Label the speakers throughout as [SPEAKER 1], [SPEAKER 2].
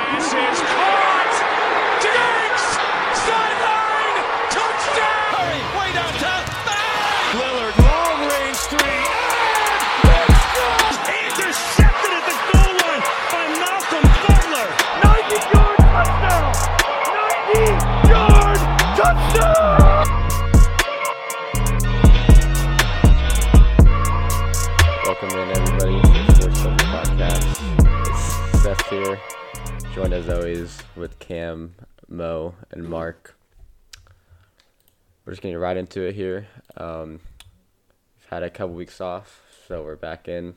[SPEAKER 1] is caught. Diggs, sideline, touchdown.
[SPEAKER 2] Hurry, way downtown. Bang!
[SPEAKER 1] Lillard, long range three.
[SPEAKER 3] Intercepted at the goal line by Malcolm Butler.
[SPEAKER 4] 90 yard touchdown! 90 yard touchdown!
[SPEAKER 5] Welcome in, everybody, to the Sports Center Podcast. It's Seth here, joined as always with Cam, Mo, and Mark. We're just getting right into it here. Um, we've had a couple weeks off, so we're back in.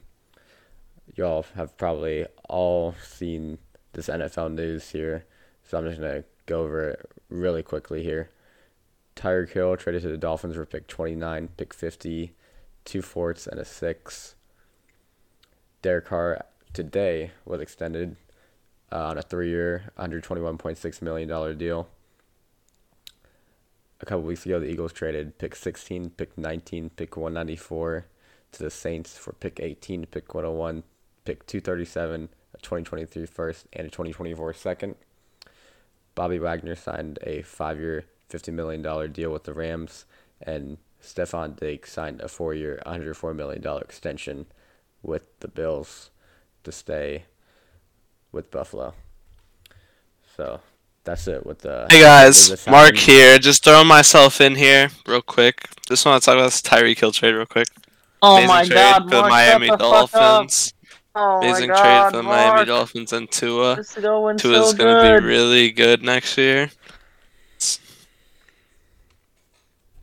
[SPEAKER 5] Y'all have probably all seen this NFL news here, so I'm just going to go over it really quickly here. Tyreek Hill traded to the Dolphins for pick 29, pick 50, two fourths, and a six. Derek Carr today was extended uh, on a three-year, $121.6 million deal. A couple weeks ago, the Eagles traded pick 16, pick 19, pick 194 to the Saints for pick 18, pick 101, pick 237, a 2023 first, and a 2024 second. Bobby Wagner signed a five year, $50 million deal with the Rams, and Stefan Diggs signed a four year, $104 million extension with the Bills to stay with Buffalo. So that's it with the.
[SPEAKER 6] Hey guys,
[SPEAKER 5] with the
[SPEAKER 6] Mark
[SPEAKER 5] signing.
[SPEAKER 6] here. Just throwing myself in here real quick. Just want to talk about this Tyreek Hill trade real quick.
[SPEAKER 7] Oh
[SPEAKER 6] Amazing
[SPEAKER 7] my
[SPEAKER 6] trade
[SPEAKER 7] god,
[SPEAKER 6] for
[SPEAKER 7] Mark,
[SPEAKER 6] the Miami
[SPEAKER 7] shut the Fuck up.
[SPEAKER 6] Dolphins.
[SPEAKER 7] Oh my
[SPEAKER 6] Amazing
[SPEAKER 7] god,
[SPEAKER 6] trade for the
[SPEAKER 7] Mark.
[SPEAKER 6] Miami Dolphins and Tua.
[SPEAKER 7] This is going
[SPEAKER 6] Tua's
[SPEAKER 7] so
[SPEAKER 6] gonna
[SPEAKER 7] good.
[SPEAKER 6] be really good next year.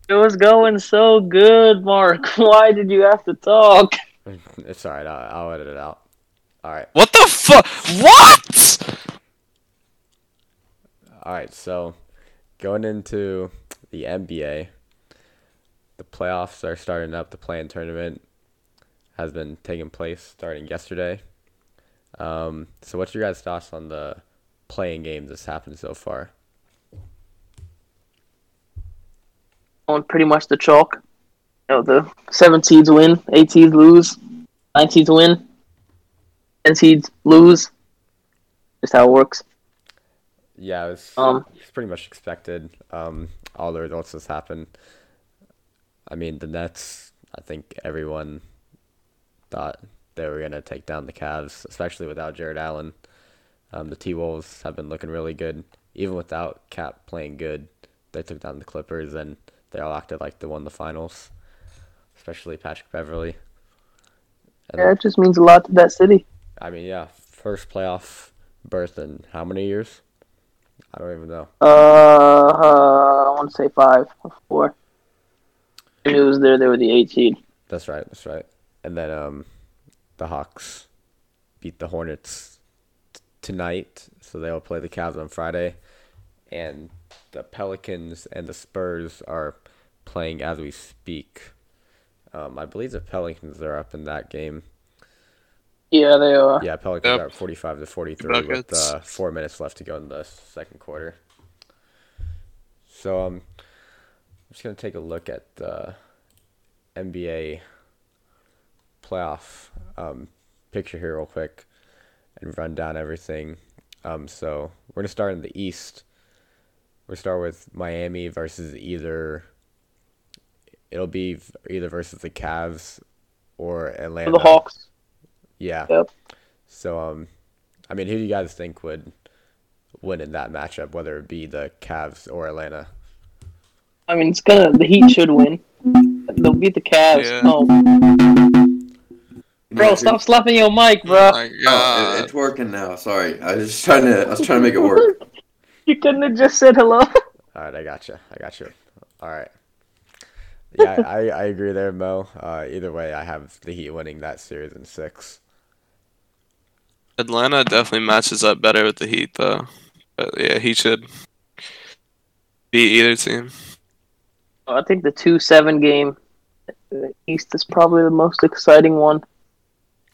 [SPEAKER 7] it was going so good, Mark. Why did you have to talk?
[SPEAKER 5] It's alright, I'll, I'll edit it out. Alright.
[SPEAKER 6] What the fuck? What?
[SPEAKER 5] All right, so going into the NBA, the playoffs are starting up. The play-in tournament has been taking place starting yesterday. Um, so, what's your guys' thoughts on the playing game that's happened so far?
[SPEAKER 7] On pretty much the chalk. You know, the seven seeds win, eight seeds lose, nine seeds win, ten seeds lose. Just how it works.
[SPEAKER 5] Yeah, it's
[SPEAKER 7] Um.
[SPEAKER 5] it's pretty much expected. Um, all the results that's happened. I mean, the Nets. I think everyone thought they were gonna take down the Cavs, especially without Jared Allen. Um, the T Wolves have been looking really good, even without Cap playing good. They took down the Clippers, and they all acted like they won the finals, especially Patrick Beverly. And
[SPEAKER 7] Yeah, it just means a lot to that city.
[SPEAKER 5] I mean, yeah, first playoff berth in how many years? I don't even know.
[SPEAKER 7] Uh, uh I want to say five or four. If it was there, they were the eight seed.
[SPEAKER 5] That's right. That's right. And then um, the Hawks beat the Hornets t- tonight, so they will play the Cavs on Friday, and the Pelicans and the Spurs are playing as we speak. Um, I believe the Pelicans are up in that game.
[SPEAKER 7] Yeah, they are.
[SPEAKER 5] Yeah, Pelicans
[SPEAKER 6] Yep.
[SPEAKER 5] are forty-five to forty-three with
[SPEAKER 6] Buckets.
[SPEAKER 5] uh, four minutes left to go in the second quarter. So um, I'm just gonna take a look at the NBA playoff um, picture here real quick and run down everything. Um, so we're gonna start in the East. We'll start with Miami versus either. It'll be either versus the Cavs or Atlanta.
[SPEAKER 7] The Hawks.
[SPEAKER 5] Yeah.
[SPEAKER 7] Yep.
[SPEAKER 5] So, um, I mean, who do you guys think would win in that matchup, whether it be the Cavs or Atlanta?
[SPEAKER 7] I mean, it's gonna. The Heat should win. They'll beat the Cavs.
[SPEAKER 6] Yeah.
[SPEAKER 7] Oh, bro, stop slapping your mic,
[SPEAKER 6] Oh
[SPEAKER 7] bro.
[SPEAKER 6] my
[SPEAKER 7] Uh,
[SPEAKER 8] Oh, it-
[SPEAKER 6] god.
[SPEAKER 8] it's working now. Sorry, I was just trying to. I was trying to make it work.
[SPEAKER 7] You couldn't have just said hello.
[SPEAKER 5] All right, I gotcha. I gotcha. All right. Yeah, I, I I agree there, Mo. Uh, either way, I have the Heat winning that series in six.
[SPEAKER 6] Atlanta definitely matches up better with the Heat though. But yeah, he should beat either team.
[SPEAKER 7] I think the two seven game uh, East is probably the most exciting one.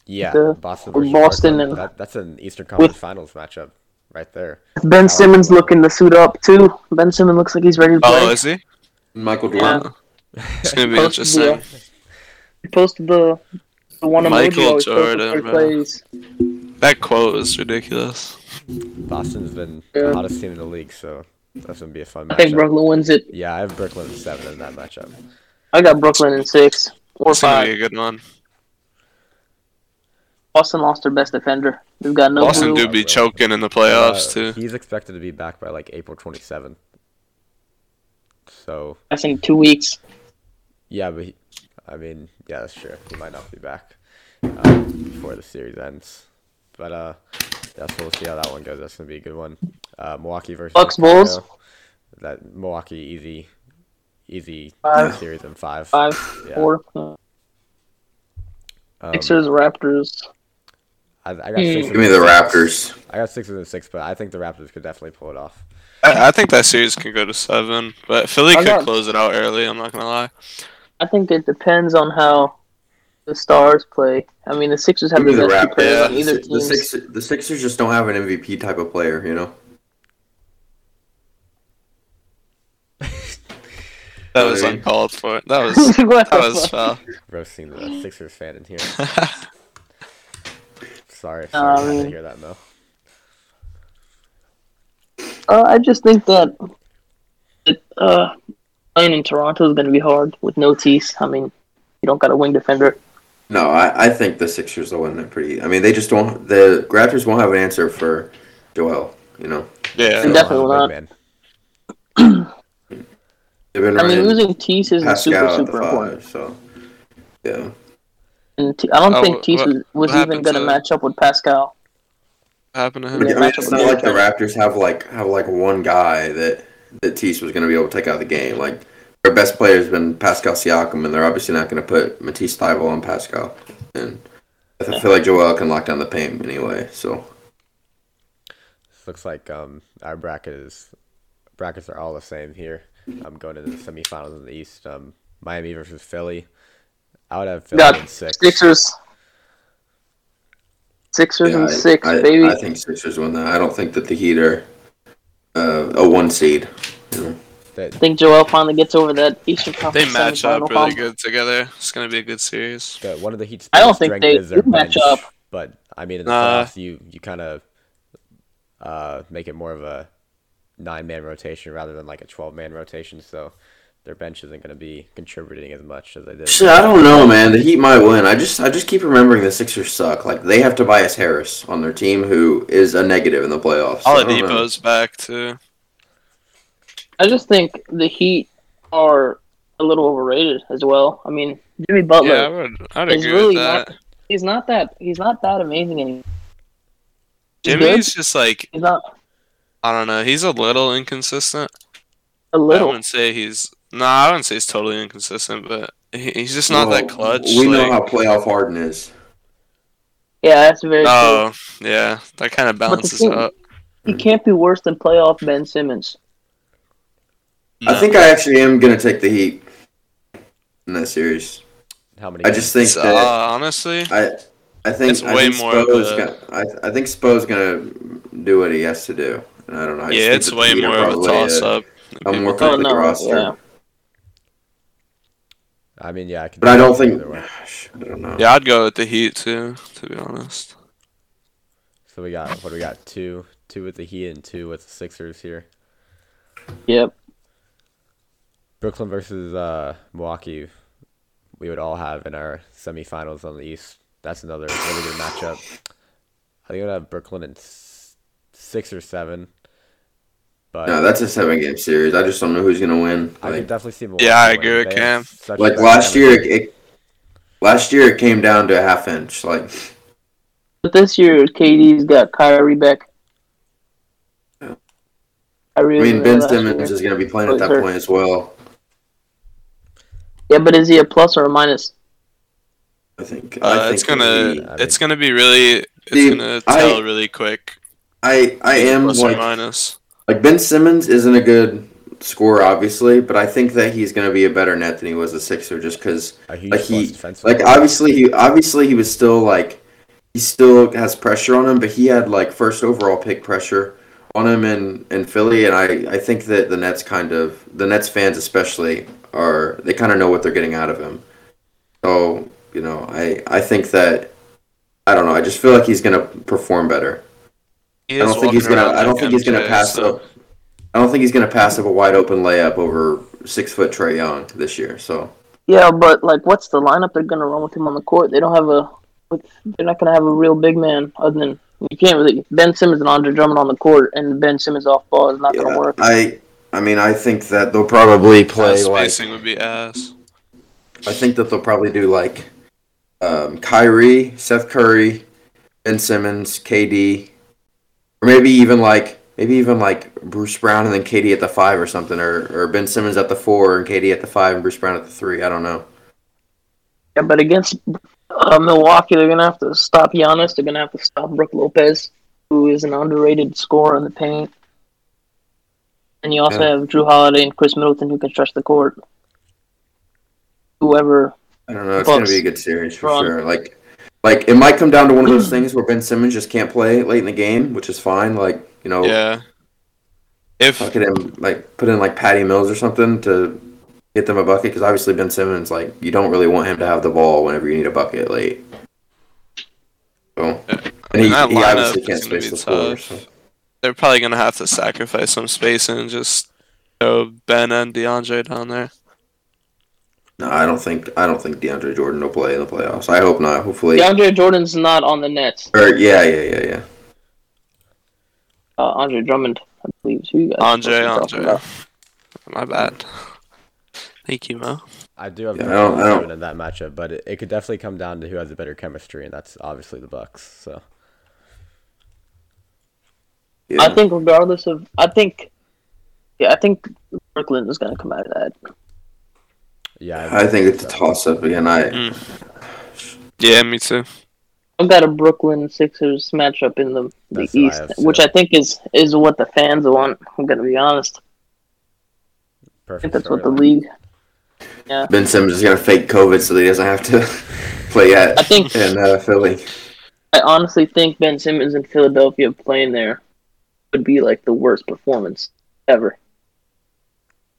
[SPEAKER 5] Yeah,
[SPEAKER 7] The-
[SPEAKER 5] Boston
[SPEAKER 7] or
[SPEAKER 5] versus
[SPEAKER 7] Boston
[SPEAKER 5] Portland.
[SPEAKER 7] and-
[SPEAKER 5] That, that's an Eastern Conference Finals matchup right there.
[SPEAKER 7] Ben Simmons looking to suit up too. Ben Simmons looks like he's ready to play.
[SPEAKER 6] Oh, is he?
[SPEAKER 8] Michael
[SPEAKER 7] Yeah.
[SPEAKER 8] Jordan.
[SPEAKER 6] It's gonna be
[SPEAKER 7] Post-
[SPEAKER 6] interesting.
[SPEAKER 7] He posted the the one emoji
[SPEAKER 6] Michael
[SPEAKER 7] always posted
[SPEAKER 6] Jordan,
[SPEAKER 7] for
[SPEAKER 6] bro.
[SPEAKER 7] plays.
[SPEAKER 6] That quote is ridiculous.
[SPEAKER 5] Boston's been
[SPEAKER 7] Yeah.
[SPEAKER 5] the hottest team in the league, so that's gonna be a fun
[SPEAKER 7] I
[SPEAKER 5] matchup.
[SPEAKER 7] think Brooklyn wins it.
[SPEAKER 5] Yeah, I have Brooklyn in seven in that matchup.
[SPEAKER 7] I got Brooklyn in six or
[SPEAKER 6] It's gonna be a
[SPEAKER 7] five.
[SPEAKER 6] good one.
[SPEAKER 7] Boston lost their best defender. They've got no
[SPEAKER 6] Boston
[SPEAKER 7] glue.
[SPEAKER 6] do be choking in the playoffs
[SPEAKER 5] Uh,
[SPEAKER 6] too.
[SPEAKER 5] He's expected to be back by like April 27th. So
[SPEAKER 7] That's in two weeks.
[SPEAKER 5] yeah, but he, I mean, yeah, that's true. He might not be back um, before the series ends. But uh, that's we'll see how that one goes. That's gonna be a good one. Uh, Milwaukee versus
[SPEAKER 7] Bucks, Bulls.
[SPEAKER 5] Chicago. That Milwaukee easy, easy
[SPEAKER 7] Five.
[SPEAKER 5] series in five.
[SPEAKER 7] Five,
[SPEAKER 5] Yeah.
[SPEAKER 7] four, uh,
[SPEAKER 5] Um,
[SPEAKER 7] Sixers, Hmm. Raptors.
[SPEAKER 5] I, I got six.
[SPEAKER 8] Give me the Raptors.
[SPEAKER 5] I got six and six, but I think the Raptors could definitely pull it off.
[SPEAKER 6] I, I think that series can go to seven, but Philly
[SPEAKER 7] I
[SPEAKER 6] could
[SPEAKER 7] got-
[SPEAKER 6] close it out early. I'm not gonna lie.
[SPEAKER 7] I think it depends on how the Stars play. I mean, the Sixers have
[SPEAKER 8] Give
[SPEAKER 7] the
[SPEAKER 8] me the
[SPEAKER 7] best two
[SPEAKER 8] Raptors.
[SPEAKER 7] players on
[SPEAKER 8] The,
[SPEAKER 7] either
[SPEAKER 8] Six- the,
[SPEAKER 7] team.
[SPEAKER 8] Six- the Sixers just don't have an MVP type of player, you know?
[SPEAKER 6] That was
[SPEAKER 8] Sorry.
[SPEAKER 6] uncalled for. That was that was foul.
[SPEAKER 5] Roasting
[SPEAKER 7] Mm.
[SPEAKER 5] the Sixers fan in here. Sorry, sorry I had
[SPEAKER 7] Um,
[SPEAKER 5] to hear that though.
[SPEAKER 7] Uh, I just think that that, uh, playing in Toronto is going to be hard with no Tease. I mean, you don't got a wing defender.
[SPEAKER 8] No, I, I think the Sixers will win it pretty. I mean, they just don't. The Raptors won't have an answer for Joel, you know?
[SPEAKER 6] yeah,
[SPEAKER 7] And definitely not.
[SPEAKER 5] Man.
[SPEAKER 8] They've been
[SPEAKER 7] I mean,
[SPEAKER 8] running
[SPEAKER 7] losing Tease isn't super
[SPEAKER 8] Pascal at the
[SPEAKER 7] super important.
[SPEAKER 8] five, so. Yeah.
[SPEAKER 7] And T- I don't
[SPEAKER 6] Oh,
[SPEAKER 7] think
[SPEAKER 6] wh-
[SPEAKER 7] Tease
[SPEAKER 6] what-
[SPEAKER 7] was, was
[SPEAKER 6] what
[SPEAKER 7] even
[SPEAKER 6] happened
[SPEAKER 7] going to
[SPEAKER 6] to-
[SPEAKER 7] match up with Pascal.
[SPEAKER 6] what happened to
[SPEAKER 8] I
[SPEAKER 6] him?
[SPEAKER 8] mean,
[SPEAKER 7] Yeah.
[SPEAKER 8] it's not like the Raptors have like have like one guy that that Tease was going to be able to take out of the game. Like their best player has been Pascal Siakam, and they're obviously not going to put Matisse Thybulle on Pascal. And I feel like Joel can lock down the paint anyway. So
[SPEAKER 5] Looks like um our bracket is brackets are all the same here. I'm going to the semifinals in the East. Um, Miami versus Philly. I would have Philly in
[SPEAKER 7] Got
[SPEAKER 5] six.
[SPEAKER 7] Sixers. Sixers
[SPEAKER 8] yeah,
[SPEAKER 7] and
[SPEAKER 8] I-
[SPEAKER 7] six,
[SPEAKER 8] I,
[SPEAKER 7] baby.
[SPEAKER 8] I think Sixers win that. I don't think that the Heat are uh, a one seed. you know.
[SPEAKER 5] That-
[SPEAKER 7] I think Joel finally gets over that Eastern
[SPEAKER 6] They
[SPEAKER 7] Conference
[SPEAKER 6] match
[SPEAKER 7] semifinal
[SPEAKER 6] up really
[SPEAKER 7] hump.
[SPEAKER 6] good together. It's gonna be a good series.
[SPEAKER 5] that one of the Heat's
[SPEAKER 7] I don't
[SPEAKER 5] biggest
[SPEAKER 7] think
[SPEAKER 5] strength
[SPEAKER 7] they
[SPEAKER 5] is their
[SPEAKER 7] do match
[SPEAKER 5] bench,
[SPEAKER 7] up.
[SPEAKER 5] But I mean, in the
[SPEAKER 6] Nah.
[SPEAKER 5] playoffs, you you kind of uh make it more of a nine man rotation rather than like a twelve man rotation. So their bench isn't going to be contributing as much as they did.
[SPEAKER 8] Shit, I don't know, man. The Heat might win. I just I just keep remembering the Sixers suck. Like they have Tobias Harris on their team, who is a negative in the playoffs. I don't know.
[SPEAKER 6] Oladipo's back too.
[SPEAKER 7] I just think the Heat are a little overrated as well. I mean, Jimmy Butler,
[SPEAKER 6] Yeah, I would. I'd
[SPEAKER 7] It's
[SPEAKER 6] agree
[SPEAKER 7] really
[SPEAKER 6] with that.
[SPEAKER 7] not- he's not that he's not that amazing anymore. He's good.
[SPEAKER 6] Jimmy's just like
[SPEAKER 7] He's not
[SPEAKER 6] I don't know. He's a little inconsistent. I
[SPEAKER 7] a little.
[SPEAKER 6] wouldn't say he's. No, I wouldn't say he's totally inconsistent, but he, he's just not
[SPEAKER 8] Well,
[SPEAKER 6] that clutch.
[SPEAKER 8] We know
[SPEAKER 6] like-
[SPEAKER 8] how playoff Harden is.
[SPEAKER 7] yeah, that's very
[SPEAKER 6] Oh, yeah. That kind of balances
[SPEAKER 7] thing-
[SPEAKER 6] out.
[SPEAKER 7] true. He can't be worse than playoff Ben Simmons.
[SPEAKER 8] I think I actually am gonna take the Heat in that series.
[SPEAKER 5] How many?
[SPEAKER 8] I
[SPEAKER 5] games?
[SPEAKER 8] just think
[SPEAKER 6] So,
[SPEAKER 8] that
[SPEAKER 6] uh, honestly,
[SPEAKER 8] I, I think
[SPEAKER 6] It's
[SPEAKER 8] I
[SPEAKER 6] way
[SPEAKER 8] think
[SPEAKER 6] more of
[SPEAKER 8] Spo's
[SPEAKER 6] a-
[SPEAKER 8] gonna, I, I think Spo's gonna do what he has to do, and I don't know. I just
[SPEAKER 6] yeah,
[SPEAKER 8] think
[SPEAKER 6] it's
[SPEAKER 8] that
[SPEAKER 6] way
[SPEAKER 8] the Heat are
[SPEAKER 6] more of a
[SPEAKER 8] probably, uh,
[SPEAKER 6] toss up.
[SPEAKER 8] I'm more
[SPEAKER 7] Oh
[SPEAKER 8] confident the
[SPEAKER 7] no,
[SPEAKER 8] roster,
[SPEAKER 7] yeah.
[SPEAKER 5] I mean, yeah, I could
[SPEAKER 8] but I don't
[SPEAKER 5] either
[SPEAKER 8] think.
[SPEAKER 5] way.
[SPEAKER 8] Gosh, I don't know.
[SPEAKER 6] Yeah, I'd go with the Heat too, to be honest.
[SPEAKER 5] So we got what do we got? Two, two with the Heat and two with the Sixers here.
[SPEAKER 7] Yep.
[SPEAKER 5] Brooklyn versus uh, Milwaukee. We would all have in our semifinals on the East. That's another really good matchup. I think I would have Brooklyn in s- six or seven. But
[SPEAKER 8] No, that's a seven-game series. I just don't know who's gonna win.
[SPEAKER 5] I
[SPEAKER 8] Like,
[SPEAKER 5] could definitely see Milwaukee.
[SPEAKER 6] Yeah, I
[SPEAKER 5] winning.
[SPEAKER 6] agree with
[SPEAKER 5] They have
[SPEAKER 6] Cam.
[SPEAKER 5] such a
[SPEAKER 8] like
[SPEAKER 5] bad
[SPEAKER 8] last year,
[SPEAKER 5] chemistry.
[SPEAKER 8] it, it last year it came down to a half inch. Like
[SPEAKER 7] But this year, KD's got Kyrie back.
[SPEAKER 8] Yeah.
[SPEAKER 7] Kyrie
[SPEAKER 8] I
[SPEAKER 7] was
[SPEAKER 8] mean,
[SPEAKER 7] in
[SPEAKER 8] Ben
[SPEAKER 7] there last
[SPEAKER 8] Simmons
[SPEAKER 7] year.
[SPEAKER 8] is gonna be playing
[SPEAKER 7] Oh,
[SPEAKER 8] at that
[SPEAKER 7] sure.
[SPEAKER 8] point as well.
[SPEAKER 7] Yeah, but is he a plus or a minus?
[SPEAKER 8] I think. I
[SPEAKER 6] Uh,
[SPEAKER 8] think
[SPEAKER 6] it's gonna,
[SPEAKER 8] he-
[SPEAKER 5] I
[SPEAKER 6] it's
[SPEAKER 5] think-
[SPEAKER 6] gonna be really, it's
[SPEAKER 8] Dude,
[SPEAKER 6] gonna
[SPEAKER 8] I-
[SPEAKER 6] tell really quick.
[SPEAKER 8] I I am
[SPEAKER 6] Plus or
[SPEAKER 8] like
[SPEAKER 6] minus.
[SPEAKER 8] like Ben Simmons isn't a good scorer, obviously, but I think that he's gonna be a better net than he was a Sixer, just because
[SPEAKER 5] a huge
[SPEAKER 8] like
[SPEAKER 5] plus
[SPEAKER 8] he
[SPEAKER 5] defensively.
[SPEAKER 8] like obviously he obviously he was still like he still has pressure on him, but he had like first overall pick pressure on him in in Philly, and I I think that the Nets kind of the Nets fans especially are they kind of know what they're getting out of him. So you know I I think that I don't know I just feel like he's gonna perform better.
[SPEAKER 6] He
[SPEAKER 8] I don't
[SPEAKER 6] is
[SPEAKER 8] think he's
[SPEAKER 6] walking
[SPEAKER 8] gonna.
[SPEAKER 6] around
[SPEAKER 8] I don't
[SPEAKER 6] like
[SPEAKER 8] think he's gonna
[SPEAKER 6] MJ,
[SPEAKER 8] pass
[SPEAKER 6] so-
[SPEAKER 8] up. I don't think he's gonna pass up a wide open layup over six foot Trey Young this year. So
[SPEAKER 7] Yeah, but like, what's the lineup they're gonna run with him on the court? They don't have a. They're not gonna have a real big man other than you can't really Ben Simmons and Andre Drummond on the court, and Ben Simmons off ball is not gonna
[SPEAKER 8] yeah,
[SPEAKER 7] work.
[SPEAKER 8] I. I mean, I think that they'll probably play like.
[SPEAKER 6] spacing would be ass.
[SPEAKER 8] I think that they'll probably do like um, Kyrie, Seth Curry, Ben Simmons, KD, or maybe even like maybe even like Bruce Brown and then KD at the five or something, or or Ben Simmons at the four and KD at the five and Bruce Brown at the three. I don't know.
[SPEAKER 7] Yeah, but against uh, Milwaukee, they're gonna have to stop Giannis. They're gonna have to stop Brooke Lopez, who is an underrated scorer in the paint. And you also have Drew Holiday and Chris Middleton, who can stretch the court. Whoever,
[SPEAKER 8] I don't know. It's
[SPEAKER 7] Bucks.
[SPEAKER 8] gonna be a good series for
[SPEAKER 7] Wrong.
[SPEAKER 8] sure. Like, like it might come down to one of those things where Ben Simmons just can't play late in the game, which is fine. Like, you know,
[SPEAKER 6] Yeah. If
[SPEAKER 8] look at him, like put in like Patty Mills or something to get them a bucket because obviously Ben Simmons, like, you don't really want him to have the ball whenever you need a bucket late. So, and he,
[SPEAKER 6] And that
[SPEAKER 8] he obviously
[SPEAKER 6] lineup
[SPEAKER 8] can't
[SPEAKER 6] is gonna
[SPEAKER 8] space
[SPEAKER 6] be
[SPEAKER 8] the floor.
[SPEAKER 6] tough.
[SPEAKER 8] so.
[SPEAKER 6] they're probably gonna have to sacrifice some space and just throw Ben and DeAndre down there.
[SPEAKER 8] No, I don't think I don't think DeAndre Jordan will play in the playoffs. I hope not. Hopefully,
[SPEAKER 7] DeAndre Jordan's not on the Nets.
[SPEAKER 8] or yeah, yeah, yeah, yeah.
[SPEAKER 7] Uh, Andre Drummond, I believe. is Who you guys
[SPEAKER 6] Andre,
[SPEAKER 7] are talking about.
[SPEAKER 6] Andre. My bad. Thank you, Mo.
[SPEAKER 5] I do have
[SPEAKER 8] Yeah, I
[SPEAKER 5] Brooklyn
[SPEAKER 8] don't- I don't-
[SPEAKER 5] Jordan in that matchup, but it, it could definitely come down to who has the better chemistry, and that's obviously the Bucks. So
[SPEAKER 8] yeah.
[SPEAKER 7] I think regardless of, I think, yeah, I think Brooklyn is going to come out of that.
[SPEAKER 5] yeah, I-
[SPEAKER 8] I think it's a toss up again. I.
[SPEAKER 6] Yeah, me too.
[SPEAKER 7] I've got a Brooklyn Sixers matchup in the, the
[SPEAKER 5] That's what I
[SPEAKER 7] East,
[SPEAKER 5] have,
[SPEAKER 7] which
[SPEAKER 5] too.
[SPEAKER 7] I think is is what the fans want. I'm going to be honest. I
[SPEAKER 5] perfect.
[SPEAKER 7] think that's what the
[SPEAKER 5] storyline.
[SPEAKER 7] league.
[SPEAKER 8] Ben Simmons is gonna fake COVID so that he doesn't have to play at
[SPEAKER 7] I think-
[SPEAKER 8] in uh, Philly.
[SPEAKER 7] I honestly think Ben Simmons in Philadelphia playing there would be like the worst performance ever.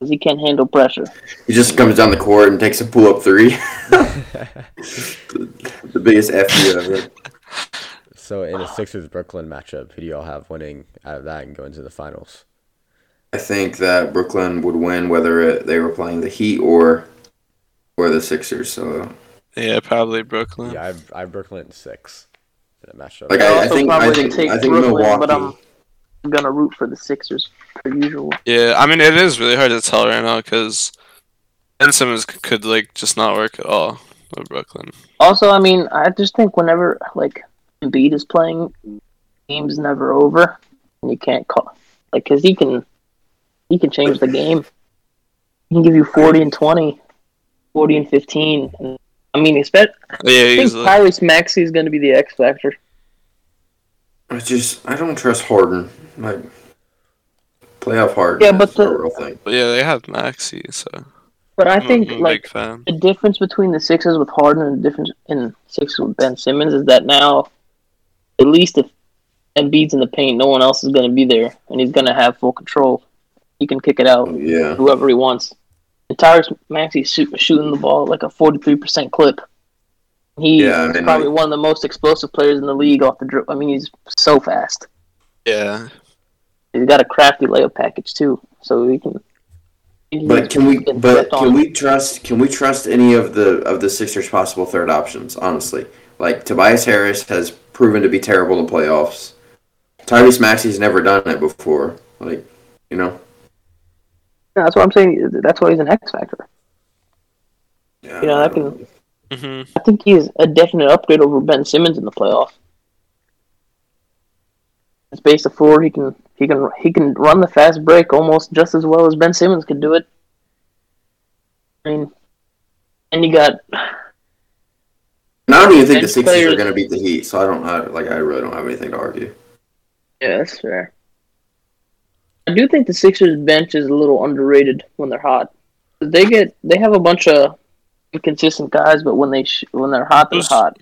[SPEAKER 7] 'Cause he can't handle pressure.
[SPEAKER 8] He just comes down the court and takes a pull up three. the biggest F you ever.
[SPEAKER 5] So in a Sixers Brooklyn matchup, who do y'all have winning out of that and going to the finals?
[SPEAKER 8] I think that Brooklyn would win whether it, they were playing the Heat or or the Sixers. So
[SPEAKER 6] Yeah, probably Brooklyn.
[SPEAKER 5] Yeah, I have, I have Brooklyn in six in that matchup.
[SPEAKER 8] like
[SPEAKER 7] I
[SPEAKER 8] I, I
[SPEAKER 7] also
[SPEAKER 8] think I
[SPEAKER 7] probably
[SPEAKER 8] think
[SPEAKER 7] take
[SPEAKER 8] I think
[SPEAKER 7] Brooklyn, but
[SPEAKER 8] Milwaukee.
[SPEAKER 7] I'm going to root for the Sixers per usual.
[SPEAKER 6] Yeah, I mean it is really hard to tell right now because Ben Simmons c- could like just not work at all with Brooklyn.
[SPEAKER 7] Also, I mean, I just think whenever like Embiid is playing, game's never over, and you can't call like because he can, he can change the game. He can give you forty and 20, 40 and fifteen. And, I mean, expect,
[SPEAKER 6] Yeah,
[SPEAKER 7] I think
[SPEAKER 6] easily.
[SPEAKER 7] Tyrese Maxey is going to be the X factor. um,
[SPEAKER 8] I just I don't trust Harden. Like playoff Harden.
[SPEAKER 7] Yeah, but
[SPEAKER 8] is
[SPEAKER 7] the-
[SPEAKER 8] a real thing.
[SPEAKER 6] But yeah, they have Maxi, so
[SPEAKER 7] But I
[SPEAKER 6] I'm a-
[SPEAKER 7] think
[SPEAKER 6] I'm a Mm-hmm.
[SPEAKER 7] like
[SPEAKER 6] big fan.
[SPEAKER 7] the difference between the Sixers with Harden and the difference in Sixers with Ben Simmons is that now, at least if Embiid's in the paint, no one else is going to be there, and he's going to have full control. He can kick it out
[SPEAKER 8] Yeah.
[SPEAKER 7] whoever he wants. And Tyrese Maxey's shoot, shooting the ball at like a forty-three percent clip. He's
[SPEAKER 8] Yeah, I mean,
[SPEAKER 7] probably
[SPEAKER 8] like-
[SPEAKER 7] one of the most explosive players in the league off the drip. I mean, he's so fast.
[SPEAKER 6] Yeah.
[SPEAKER 7] He's got a crafty layup package too, so he can. he
[SPEAKER 8] But can we?
[SPEAKER 7] can
[SPEAKER 8] But
[SPEAKER 7] stepped on.
[SPEAKER 8] can we trust? Can we trust any of the of the Sixers' possible third options? Honestly, like Tobias Harris has proven to be terrible in the playoffs. Tyrese Maxey's never done it before. Like, you know,
[SPEAKER 7] Yeah, that's what I'm saying. That's why he's an X factor.
[SPEAKER 8] yeah,
[SPEAKER 7] You know, that can
[SPEAKER 6] hmm
[SPEAKER 7] I think he's a definite upgrade over Ben Simmons in the playoffs. It's based the floor. He can he can he can run the fast break almost just as well as Ben Simmons could do it. I mean, and you got
[SPEAKER 8] And I don't even think the
[SPEAKER 7] Bench
[SPEAKER 8] Sixers are
[SPEAKER 7] players-
[SPEAKER 8] going to beat the Heat, so I don't. I, like, I really don't have anything to argue.
[SPEAKER 7] yeah, that's fair. I do think the Sixers bench is a little underrated when they're hot. They get they have a bunch of inconsistent guys, but when they sh- when they're hot, they're
[SPEAKER 6] Who's-
[SPEAKER 7] hot.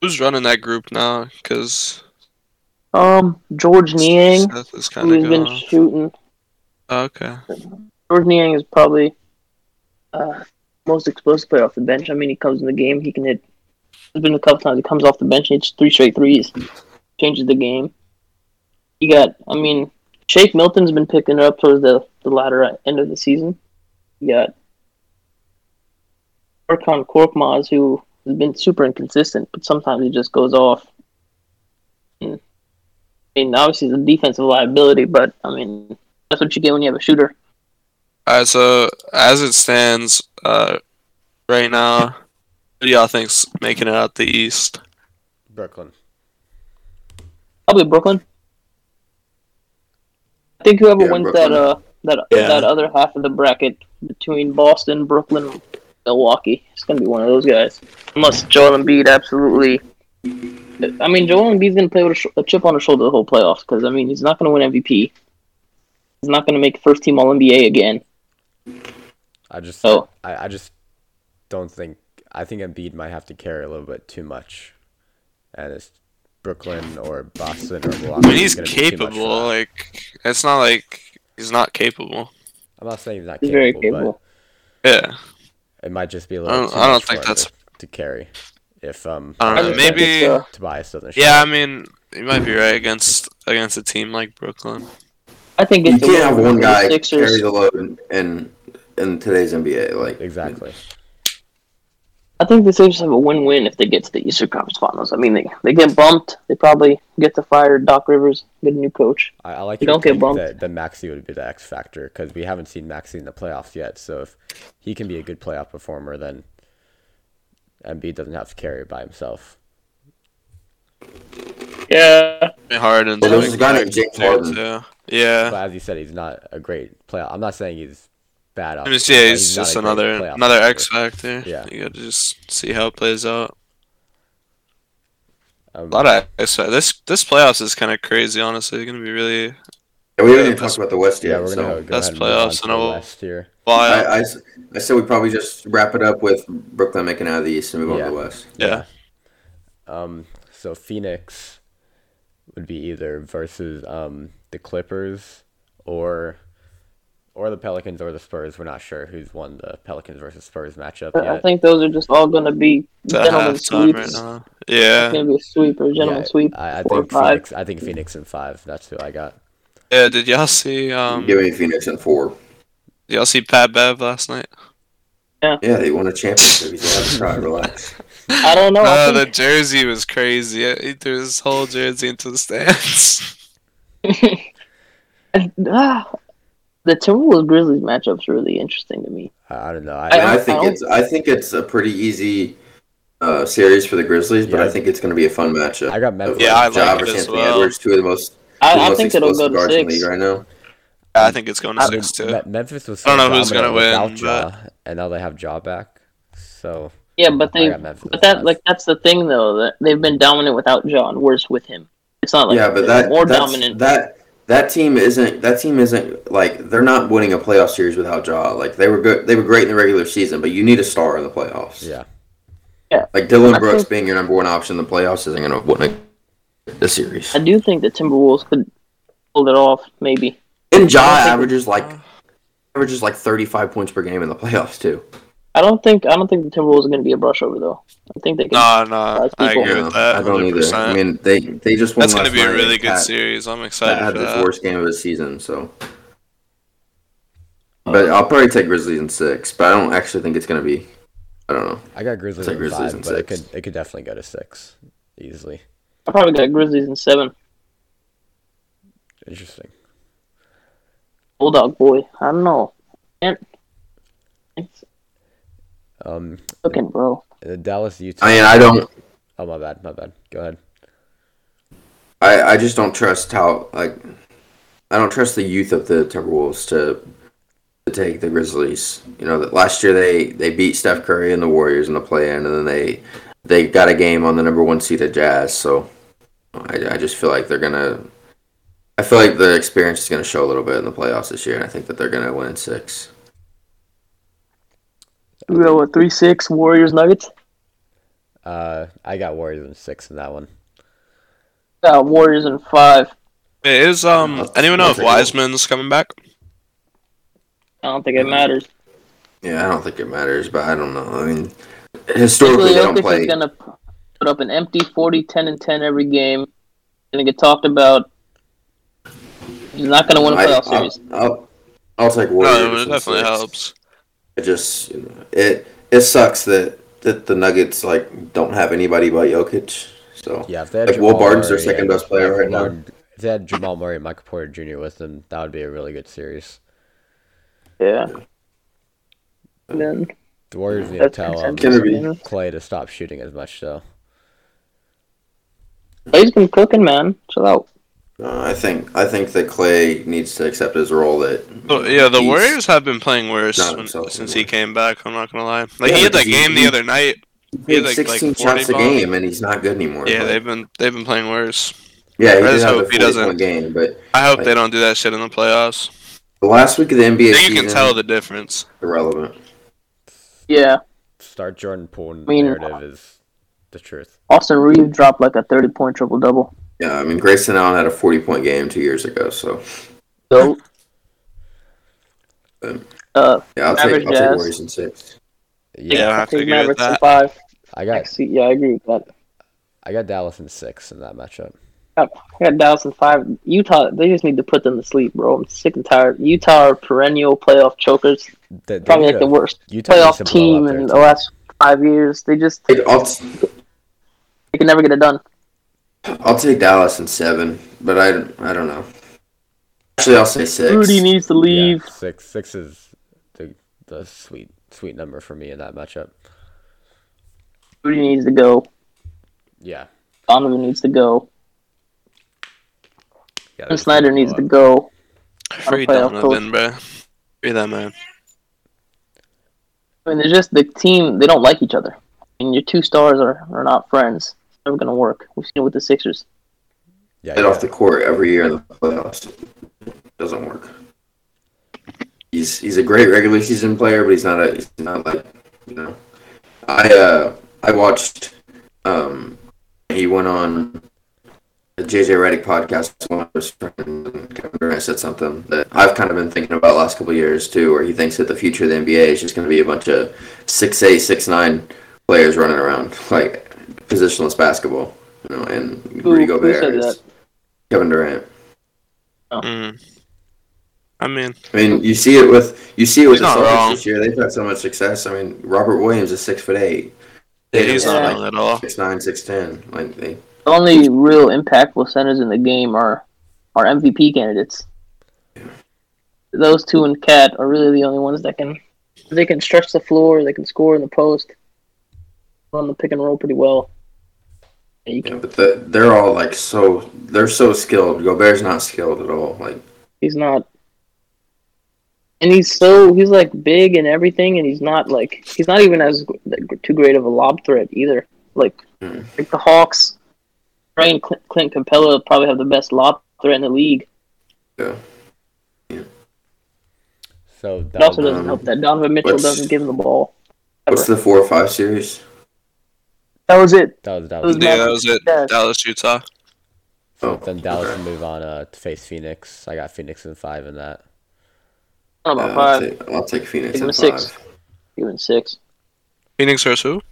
[SPEAKER 6] Who's running that group now? Because
[SPEAKER 7] Um, George Niang,
[SPEAKER 6] Seth is kind of
[SPEAKER 7] who's
[SPEAKER 6] going.
[SPEAKER 7] been
[SPEAKER 6] off.
[SPEAKER 7] shooting
[SPEAKER 6] Okay.
[SPEAKER 7] George Niang is probably uh, most explosive player off the bench. I mean, he comes in the game, he can hit. There's been a couple times he comes off the bench, hits three straight threes, changes the game. You got, I mean, Shake Milton's been picking it up towards the, the latter end of the season. You got Orkhan Korkmaz, who has been super inconsistent, but sometimes he just goes off. And, I mean, obviously, he's a defensive liability, but, I mean, that's what you get when you have a shooter.
[SPEAKER 6] All right, so as it stands uh, right now, who do y'all think's making it out the East?
[SPEAKER 5] Brooklyn.
[SPEAKER 7] Probably Brooklyn. I think whoever
[SPEAKER 8] Yeah,
[SPEAKER 7] wins
[SPEAKER 8] Brooklyn.
[SPEAKER 7] that uh that
[SPEAKER 6] Yeah.
[SPEAKER 7] that other half of the bracket between Boston, Brooklyn, Milwaukee, it's gonna be one of those guys. Unless Joel Embiid absolutely. I mean, Joel Embiid's gonna play with a, sh- a chip on his shoulder the whole playoffs because I mean he's not gonna win MVP. He's not gonna make first team All NBA again.
[SPEAKER 5] I just
[SPEAKER 7] Oh.
[SPEAKER 5] I, I just don't think I think Embiid might have to carry a little bit too much, and it's Brooklyn or Boston or Milwaukee.
[SPEAKER 6] I mean, he's
[SPEAKER 5] is gonna be too much for
[SPEAKER 6] capable.
[SPEAKER 5] that.
[SPEAKER 6] Like, it's not like he's not capable.
[SPEAKER 5] I'm not saying he's not
[SPEAKER 7] He's
[SPEAKER 5] capable,
[SPEAKER 7] very capable.
[SPEAKER 6] Yeah,
[SPEAKER 5] but it might just be a
[SPEAKER 6] I
[SPEAKER 5] little.
[SPEAKER 6] don't-
[SPEAKER 5] too
[SPEAKER 6] I don't
[SPEAKER 5] much
[SPEAKER 6] think
[SPEAKER 5] for him
[SPEAKER 6] that's-
[SPEAKER 5] to, to carry. If um,
[SPEAKER 6] I don't know.
[SPEAKER 7] I just think
[SPEAKER 6] Maybe.
[SPEAKER 7] it's, uh,
[SPEAKER 5] Tobias doesn't. show
[SPEAKER 6] Yeah, I mean, you might be right against against a team like Brooklyn.
[SPEAKER 7] I think
[SPEAKER 8] You
[SPEAKER 7] it's
[SPEAKER 8] can't have one guy carry
[SPEAKER 7] Sixers.
[SPEAKER 8] the load in, in in today's NBA. Like
[SPEAKER 5] Exactly.
[SPEAKER 7] I think the Sixers have a win-win if they get to the Eastern Conference Finals. I mean, they, they get bumped. They probably get to fire Doc Rivers, get a new coach.
[SPEAKER 5] I, I like
[SPEAKER 7] You
[SPEAKER 5] your
[SPEAKER 7] don't get
[SPEAKER 5] take
[SPEAKER 7] bumped.
[SPEAKER 5] That, that Maxi would be the X factor because we haven't seen Maxi in the playoffs yet. So if he can be a good playoff performer, then Embiid doesn't have to carry it by himself.
[SPEAKER 7] Yeah,
[SPEAKER 6] Harden's
[SPEAKER 8] Well, there's
[SPEAKER 6] like,
[SPEAKER 8] a guy named James
[SPEAKER 6] there
[SPEAKER 8] Harden.
[SPEAKER 6] too. Yeah,
[SPEAKER 5] But as you said, he's not a great playoff. I'm not saying he's bad.
[SPEAKER 6] I mean,
[SPEAKER 5] obviously,
[SPEAKER 6] yeah,
[SPEAKER 5] but
[SPEAKER 6] he's
[SPEAKER 5] not
[SPEAKER 6] just
[SPEAKER 5] a great
[SPEAKER 6] another
[SPEAKER 5] playoff
[SPEAKER 6] another
[SPEAKER 5] performer.
[SPEAKER 6] X factor.
[SPEAKER 5] Yeah.
[SPEAKER 6] you gotta just see how it plays out.
[SPEAKER 5] Um,
[SPEAKER 6] A lot of X factor. This this playoffs is kind of crazy. Honestly, it's gonna be really
[SPEAKER 8] Yeah, we haven't even talked about the West
[SPEAKER 5] yeah,
[SPEAKER 8] yet.
[SPEAKER 5] we're
[SPEAKER 8] so.
[SPEAKER 5] gonna go
[SPEAKER 6] That's
[SPEAKER 5] ahead and move on
[SPEAKER 6] playoffs
[SPEAKER 5] to
[SPEAKER 6] and
[SPEAKER 5] the
[SPEAKER 6] all.
[SPEAKER 5] West here.
[SPEAKER 6] wild.
[SPEAKER 8] I, I s- I said we probably just wrap it up with Brooklyn making it out of the East and move
[SPEAKER 5] Yeah.
[SPEAKER 8] on to the West.
[SPEAKER 6] yeah.
[SPEAKER 5] Um, so Phoenix would be either versus um the Clippers or or the Pelicans or the Spurs. We're not sure who's won the Pelicans versus Spurs matchup
[SPEAKER 7] but
[SPEAKER 5] yet.
[SPEAKER 7] I think those are just all going to be
[SPEAKER 6] It's at
[SPEAKER 7] gentlemen
[SPEAKER 6] halftime right
[SPEAKER 7] sweeps.
[SPEAKER 6] now.
[SPEAKER 7] It's
[SPEAKER 6] Yeah.
[SPEAKER 7] going to be a sweep or a gentleman
[SPEAKER 5] Yeah,
[SPEAKER 7] sweep.
[SPEAKER 5] I, I
[SPEAKER 7] four or
[SPEAKER 5] think
[SPEAKER 7] five.
[SPEAKER 5] Phoenix. I think Phoenix and five. That's who I got.
[SPEAKER 6] Yeah. Did y'all see um?
[SPEAKER 8] Give me Phoenix in four.
[SPEAKER 6] did y'all see Pat Bev last night?
[SPEAKER 8] Yeah, they won a championship. He's allowed to try. Relax.
[SPEAKER 7] I don't know. Oh, I
[SPEAKER 6] No, the
[SPEAKER 7] think,
[SPEAKER 6] jersey was crazy. He threw his whole jersey into the stands.
[SPEAKER 7] Ah, the Timberwolves Grizzlies matchup's really interesting to me.
[SPEAKER 5] I, I don't know. I,
[SPEAKER 8] And I,
[SPEAKER 7] I
[SPEAKER 8] think
[SPEAKER 7] don't-
[SPEAKER 8] it's I think it's a pretty easy uh, series for the Grizzlies, but
[SPEAKER 5] Yeah.
[SPEAKER 8] I think it's going to be a fun matchup.
[SPEAKER 5] I got Memphis.
[SPEAKER 8] Of,
[SPEAKER 6] Yeah, I like
[SPEAKER 8] Ja
[SPEAKER 6] it
[SPEAKER 8] versus
[SPEAKER 6] as
[SPEAKER 8] Anthony
[SPEAKER 6] well.
[SPEAKER 8] Edwards, two of the most, two of the
[SPEAKER 7] I, I
[SPEAKER 8] most
[SPEAKER 7] think it'll go
[SPEAKER 8] explosive
[SPEAKER 7] to
[SPEAKER 8] guards in the
[SPEAKER 7] six.
[SPEAKER 8] league right now.
[SPEAKER 6] I think it's going to
[SPEAKER 5] I mean,
[SPEAKER 6] six too.
[SPEAKER 5] Me- Memphis was.
[SPEAKER 6] I don't know who's
[SPEAKER 5] dominant
[SPEAKER 6] gonna win,
[SPEAKER 5] without Ja, and now they have Jaw back. So
[SPEAKER 7] Yeah, but
[SPEAKER 5] I
[SPEAKER 7] they,
[SPEAKER 5] got Memphis
[SPEAKER 7] but that
[SPEAKER 5] five.
[SPEAKER 7] like that's the thing though that they've been dominant without John, worse with him. It's not like
[SPEAKER 8] yeah, but
[SPEAKER 7] they're
[SPEAKER 8] that
[SPEAKER 7] more
[SPEAKER 8] that's,
[SPEAKER 7] dominant.
[SPEAKER 8] that that team isn't that team isn't like they're not winning a playoff series without Ja. Like they were good, they were great in the regular season, but you need a star in the playoffs.
[SPEAKER 5] yeah,
[SPEAKER 8] Like Dylan
[SPEAKER 7] I
[SPEAKER 8] Brooks
[SPEAKER 7] think-
[SPEAKER 8] being your number one option in the playoffs isn't going to win a, the series.
[SPEAKER 7] I do think the Timberwolves could pull it off, maybe.
[SPEAKER 8] And Ja averages like averages like thirty five points per game in the playoffs too.
[SPEAKER 7] I don't think I don't think the Timberwolves are going to be a brushover though. I think they can.
[SPEAKER 6] No, no,
[SPEAKER 7] Five
[SPEAKER 6] I
[SPEAKER 7] people.
[SPEAKER 6] agree
[SPEAKER 8] No,
[SPEAKER 6] with that.
[SPEAKER 8] I don't either.
[SPEAKER 6] 100%.
[SPEAKER 8] I mean, they they just won
[SPEAKER 6] That's going to
[SPEAKER 8] last
[SPEAKER 6] be a
[SPEAKER 8] night.
[SPEAKER 6] really good
[SPEAKER 8] Pat-
[SPEAKER 6] series. uh, I'm
[SPEAKER 8] Pat
[SPEAKER 6] excited
[SPEAKER 8] had
[SPEAKER 6] for
[SPEAKER 8] the
[SPEAKER 6] that.
[SPEAKER 8] worst game of the season, so. But I'll probably take Grizzlies in six, but I don't actually think it's gonna be. I don't know.
[SPEAKER 5] I got Grizzlies
[SPEAKER 8] I'll
[SPEAKER 5] in
[SPEAKER 8] take Grizzlies
[SPEAKER 5] five,
[SPEAKER 8] in
[SPEAKER 5] but it
[SPEAKER 8] six.
[SPEAKER 5] could it could definitely go to six easily.
[SPEAKER 7] I probably got Grizzlies in seven.
[SPEAKER 5] Interesting.
[SPEAKER 7] Bulldog boy. I don't know. And it's
[SPEAKER 5] Um,
[SPEAKER 7] looking, bro.
[SPEAKER 5] the Dallas Utah.
[SPEAKER 8] I mean, I don't.
[SPEAKER 5] Oh my bad, my bad. Go ahead.
[SPEAKER 8] I I just don't trust how like. I don't trust the youth of the Timberwolves to to take the Grizzlies. You know that last year they they beat Steph Curry and the Warriors in the play-in, and then they they got a game on the number one seed at Jazz. So I I just feel like they're gonna. I feel like the experience is going to show a little bit in the playoffs this year, and I think that they're going to win in six.
[SPEAKER 7] We go with three six Warriors Nuggets.
[SPEAKER 5] Uh, I got Warriors in six in that one.
[SPEAKER 7] Uh, Warriors in five.
[SPEAKER 6] Hey, is um
[SPEAKER 8] That's-
[SPEAKER 6] anyone know if
[SPEAKER 8] that's a good one.
[SPEAKER 6] Wiseman's coming back?
[SPEAKER 7] I don't think it matters.
[SPEAKER 8] Yeah, I don't think it matters, but I don't know. I mean, historically, they
[SPEAKER 7] Nikola
[SPEAKER 8] don't
[SPEAKER 7] Jokic
[SPEAKER 8] play.
[SPEAKER 7] is gonna p- put up an empty 40, 10, and ten every game. Gonna get talked about. He's not gonna win a
[SPEAKER 8] I, uh,
[SPEAKER 7] playoff
[SPEAKER 8] I'll,
[SPEAKER 7] series.
[SPEAKER 8] I'll, I'll take Warriors.
[SPEAKER 6] No, it
[SPEAKER 8] in
[SPEAKER 6] definitely
[SPEAKER 8] six.
[SPEAKER 6] helps.
[SPEAKER 8] It just it it sucks that that the Nuggets like don't have anybody but Jokic. So
[SPEAKER 5] Yeah, if they had
[SPEAKER 8] like Will
[SPEAKER 5] Jamal
[SPEAKER 8] Barton's their
[SPEAKER 5] Murray
[SPEAKER 8] second
[SPEAKER 5] and
[SPEAKER 8] best player
[SPEAKER 5] Michael
[SPEAKER 8] right now.
[SPEAKER 5] Warren- If they had Jamal Murray and Michael Porter Jr. with them, that would be a really good series.
[SPEAKER 7] Yeah. And then
[SPEAKER 5] The Warriors need to
[SPEAKER 7] That's
[SPEAKER 5] tell um,
[SPEAKER 7] consensus.
[SPEAKER 8] Gonna
[SPEAKER 5] Clay to stop shooting as much, though.
[SPEAKER 7] Clay's been cooking, man. Chill out.
[SPEAKER 8] Uh, I think I think that Clay needs to accept his role that
[SPEAKER 6] Well, yeah, the
[SPEAKER 8] he's-
[SPEAKER 6] Warriors have been playing worse
[SPEAKER 8] Not
[SPEAKER 6] when-
[SPEAKER 8] himself
[SPEAKER 6] since he
[SPEAKER 8] anymore.
[SPEAKER 6] came back. I'm not gonna lie. Like
[SPEAKER 8] Yeah,
[SPEAKER 6] he had that
[SPEAKER 8] because he-
[SPEAKER 6] game the
[SPEAKER 8] he-
[SPEAKER 6] other night.
[SPEAKER 8] he had
[SPEAKER 6] like-
[SPEAKER 8] 16
[SPEAKER 6] like 40
[SPEAKER 8] shots a
[SPEAKER 6] ball.
[SPEAKER 8] game and he's not good anymore.
[SPEAKER 6] Yeah,
[SPEAKER 8] But-
[SPEAKER 6] they've been they've been playing worse.
[SPEAKER 8] yeah, he
[SPEAKER 6] I
[SPEAKER 8] did
[SPEAKER 6] just
[SPEAKER 8] have
[SPEAKER 6] hope
[SPEAKER 8] a
[SPEAKER 6] he
[SPEAKER 8] 40
[SPEAKER 6] doesn't-
[SPEAKER 8] point game, but
[SPEAKER 6] I hope they
[SPEAKER 8] Like-
[SPEAKER 6] don't do that shit in the playoffs.
[SPEAKER 8] the last week of the NBA
[SPEAKER 6] I think
[SPEAKER 8] season
[SPEAKER 6] you can tell the difference.
[SPEAKER 8] irrelevant.
[SPEAKER 7] Yeah.
[SPEAKER 5] Start Jordan Poole
[SPEAKER 7] mean-
[SPEAKER 5] narrative is the truth.
[SPEAKER 7] Austin Reeves dropped like a thirty point triple double.
[SPEAKER 8] Yeah, I mean Grayson Allen had a 40 point game two years ago, so
[SPEAKER 7] So
[SPEAKER 8] Um,
[SPEAKER 7] uh
[SPEAKER 8] yeah, I'll
[SPEAKER 7] Average
[SPEAKER 8] take, I'll take
[SPEAKER 7] Jazz.
[SPEAKER 8] Warriors in six.
[SPEAKER 5] Yeah,
[SPEAKER 6] I have to
[SPEAKER 7] take
[SPEAKER 6] agree with
[SPEAKER 7] Mavericks in
[SPEAKER 6] that.
[SPEAKER 7] five.
[SPEAKER 5] I got
[SPEAKER 7] Actually, yeah, I agree with that.
[SPEAKER 5] I got Dallas in six in that matchup.
[SPEAKER 7] I got Dallas in five. Utah, they just need to put them to sleep, bro. I'm sick and tired. Utah are perennial playoff chokers.
[SPEAKER 5] They- they
[SPEAKER 7] Probably
[SPEAKER 5] need
[SPEAKER 7] like
[SPEAKER 5] to-
[SPEAKER 7] the worst
[SPEAKER 5] Utah needs to
[SPEAKER 7] playoff
[SPEAKER 5] blow
[SPEAKER 7] team
[SPEAKER 5] out their
[SPEAKER 7] in the
[SPEAKER 5] team.
[SPEAKER 7] last five years. They just
[SPEAKER 8] Like, I'll, t-
[SPEAKER 7] they can never get it done.
[SPEAKER 8] I'll take Dallas in seven, but I, I don't know. Actually, I'll say six.
[SPEAKER 7] Rudy needs to
[SPEAKER 5] Yeah,
[SPEAKER 7] leave.
[SPEAKER 5] six six is the the sweet sweet number for me in that matchup.
[SPEAKER 7] Rudy needs to go.
[SPEAKER 5] Yeah.
[SPEAKER 7] Donovan needs to go.
[SPEAKER 5] yeah
[SPEAKER 7] And
[SPEAKER 5] there's-
[SPEAKER 7] Snyder
[SPEAKER 5] there's a
[SPEAKER 7] needs to
[SPEAKER 5] lot.
[SPEAKER 7] go.
[SPEAKER 6] Free
[SPEAKER 7] playoff
[SPEAKER 6] Donovan, bro. Free that man.
[SPEAKER 7] I mean, they're just the team. They don't like each other. And your two stars are, are not friends. It's never gonna work. We've seen it with the Sixers.
[SPEAKER 5] Yeah,
[SPEAKER 8] Get off
[SPEAKER 5] yeah.
[SPEAKER 8] the court every year in the playoffs. Doesn't work. He's he's a great regular season player, but he's not a he's not like you know. I uh I watched um he went on the JJ Redick podcast with one of his friends and Kevin Durant said something that I've kind of been thinking about last couple of years too, where he thinks that the future of the NBA is just gonna be a bunch of six eight, six nine players running around, like positionless basketball. You know, and Rudy
[SPEAKER 7] who
[SPEAKER 8] Gobert
[SPEAKER 7] said
[SPEAKER 8] is-
[SPEAKER 7] that?
[SPEAKER 8] Kevin Durant.
[SPEAKER 6] Mm. I mean,
[SPEAKER 8] I mean, you see it with you see it with
[SPEAKER 6] He's
[SPEAKER 8] the
[SPEAKER 6] not
[SPEAKER 8] Celtics
[SPEAKER 6] wrong.
[SPEAKER 8] this year. They've had so much success. I mean, Robert Williams is six foot eight.
[SPEAKER 6] he's not
[SPEAKER 7] Yeah.
[SPEAKER 6] wrong at all.
[SPEAKER 8] Six nine, six ten. Like they,
[SPEAKER 7] The only real impactful centers in the game are are MVP candidates. Those two and Cat are really the only ones that can they can stretch the floor, they can score in the post, run the pick and roll pretty well. And you
[SPEAKER 8] yeah,
[SPEAKER 7] can,
[SPEAKER 8] but the, they're all like so. They're so skilled. Gobert's not skilled at all. Like
[SPEAKER 7] he's not, and he's so he's like big and everything, and he's not like he's not even as g- like, too great of a lob threat either. Like
[SPEAKER 8] Mm.
[SPEAKER 7] like the Hawks, Ray and Clint, Clint Capella probably have the best lob threat in the league.
[SPEAKER 8] yeah.
[SPEAKER 5] So
[SPEAKER 7] It also
[SPEAKER 5] Donovan,
[SPEAKER 7] doesn't help that Donovan Mitchell
[SPEAKER 8] what's-
[SPEAKER 7] doesn't give him the ball.
[SPEAKER 8] What's the four or five series?
[SPEAKER 7] That was it.
[SPEAKER 5] that was that
[SPEAKER 7] was
[SPEAKER 5] was
[SPEAKER 6] Yeah, that was it.
[SPEAKER 7] Yeah.
[SPEAKER 6] Dallas, Utah.
[SPEAKER 8] Oh,
[SPEAKER 5] then Dallas will move on uh, to face Phoenix. I got Phoenix in five in that.
[SPEAKER 7] I don't
[SPEAKER 8] Yeah,
[SPEAKER 7] know,
[SPEAKER 8] I'll,
[SPEAKER 7] five,
[SPEAKER 8] take, I'll take Phoenix
[SPEAKER 7] Give him
[SPEAKER 8] in
[SPEAKER 7] a six.
[SPEAKER 8] five.
[SPEAKER 7] even six.
[SPEAKER 6] Phoenix versus who?
[SPEAKER 8] Oh.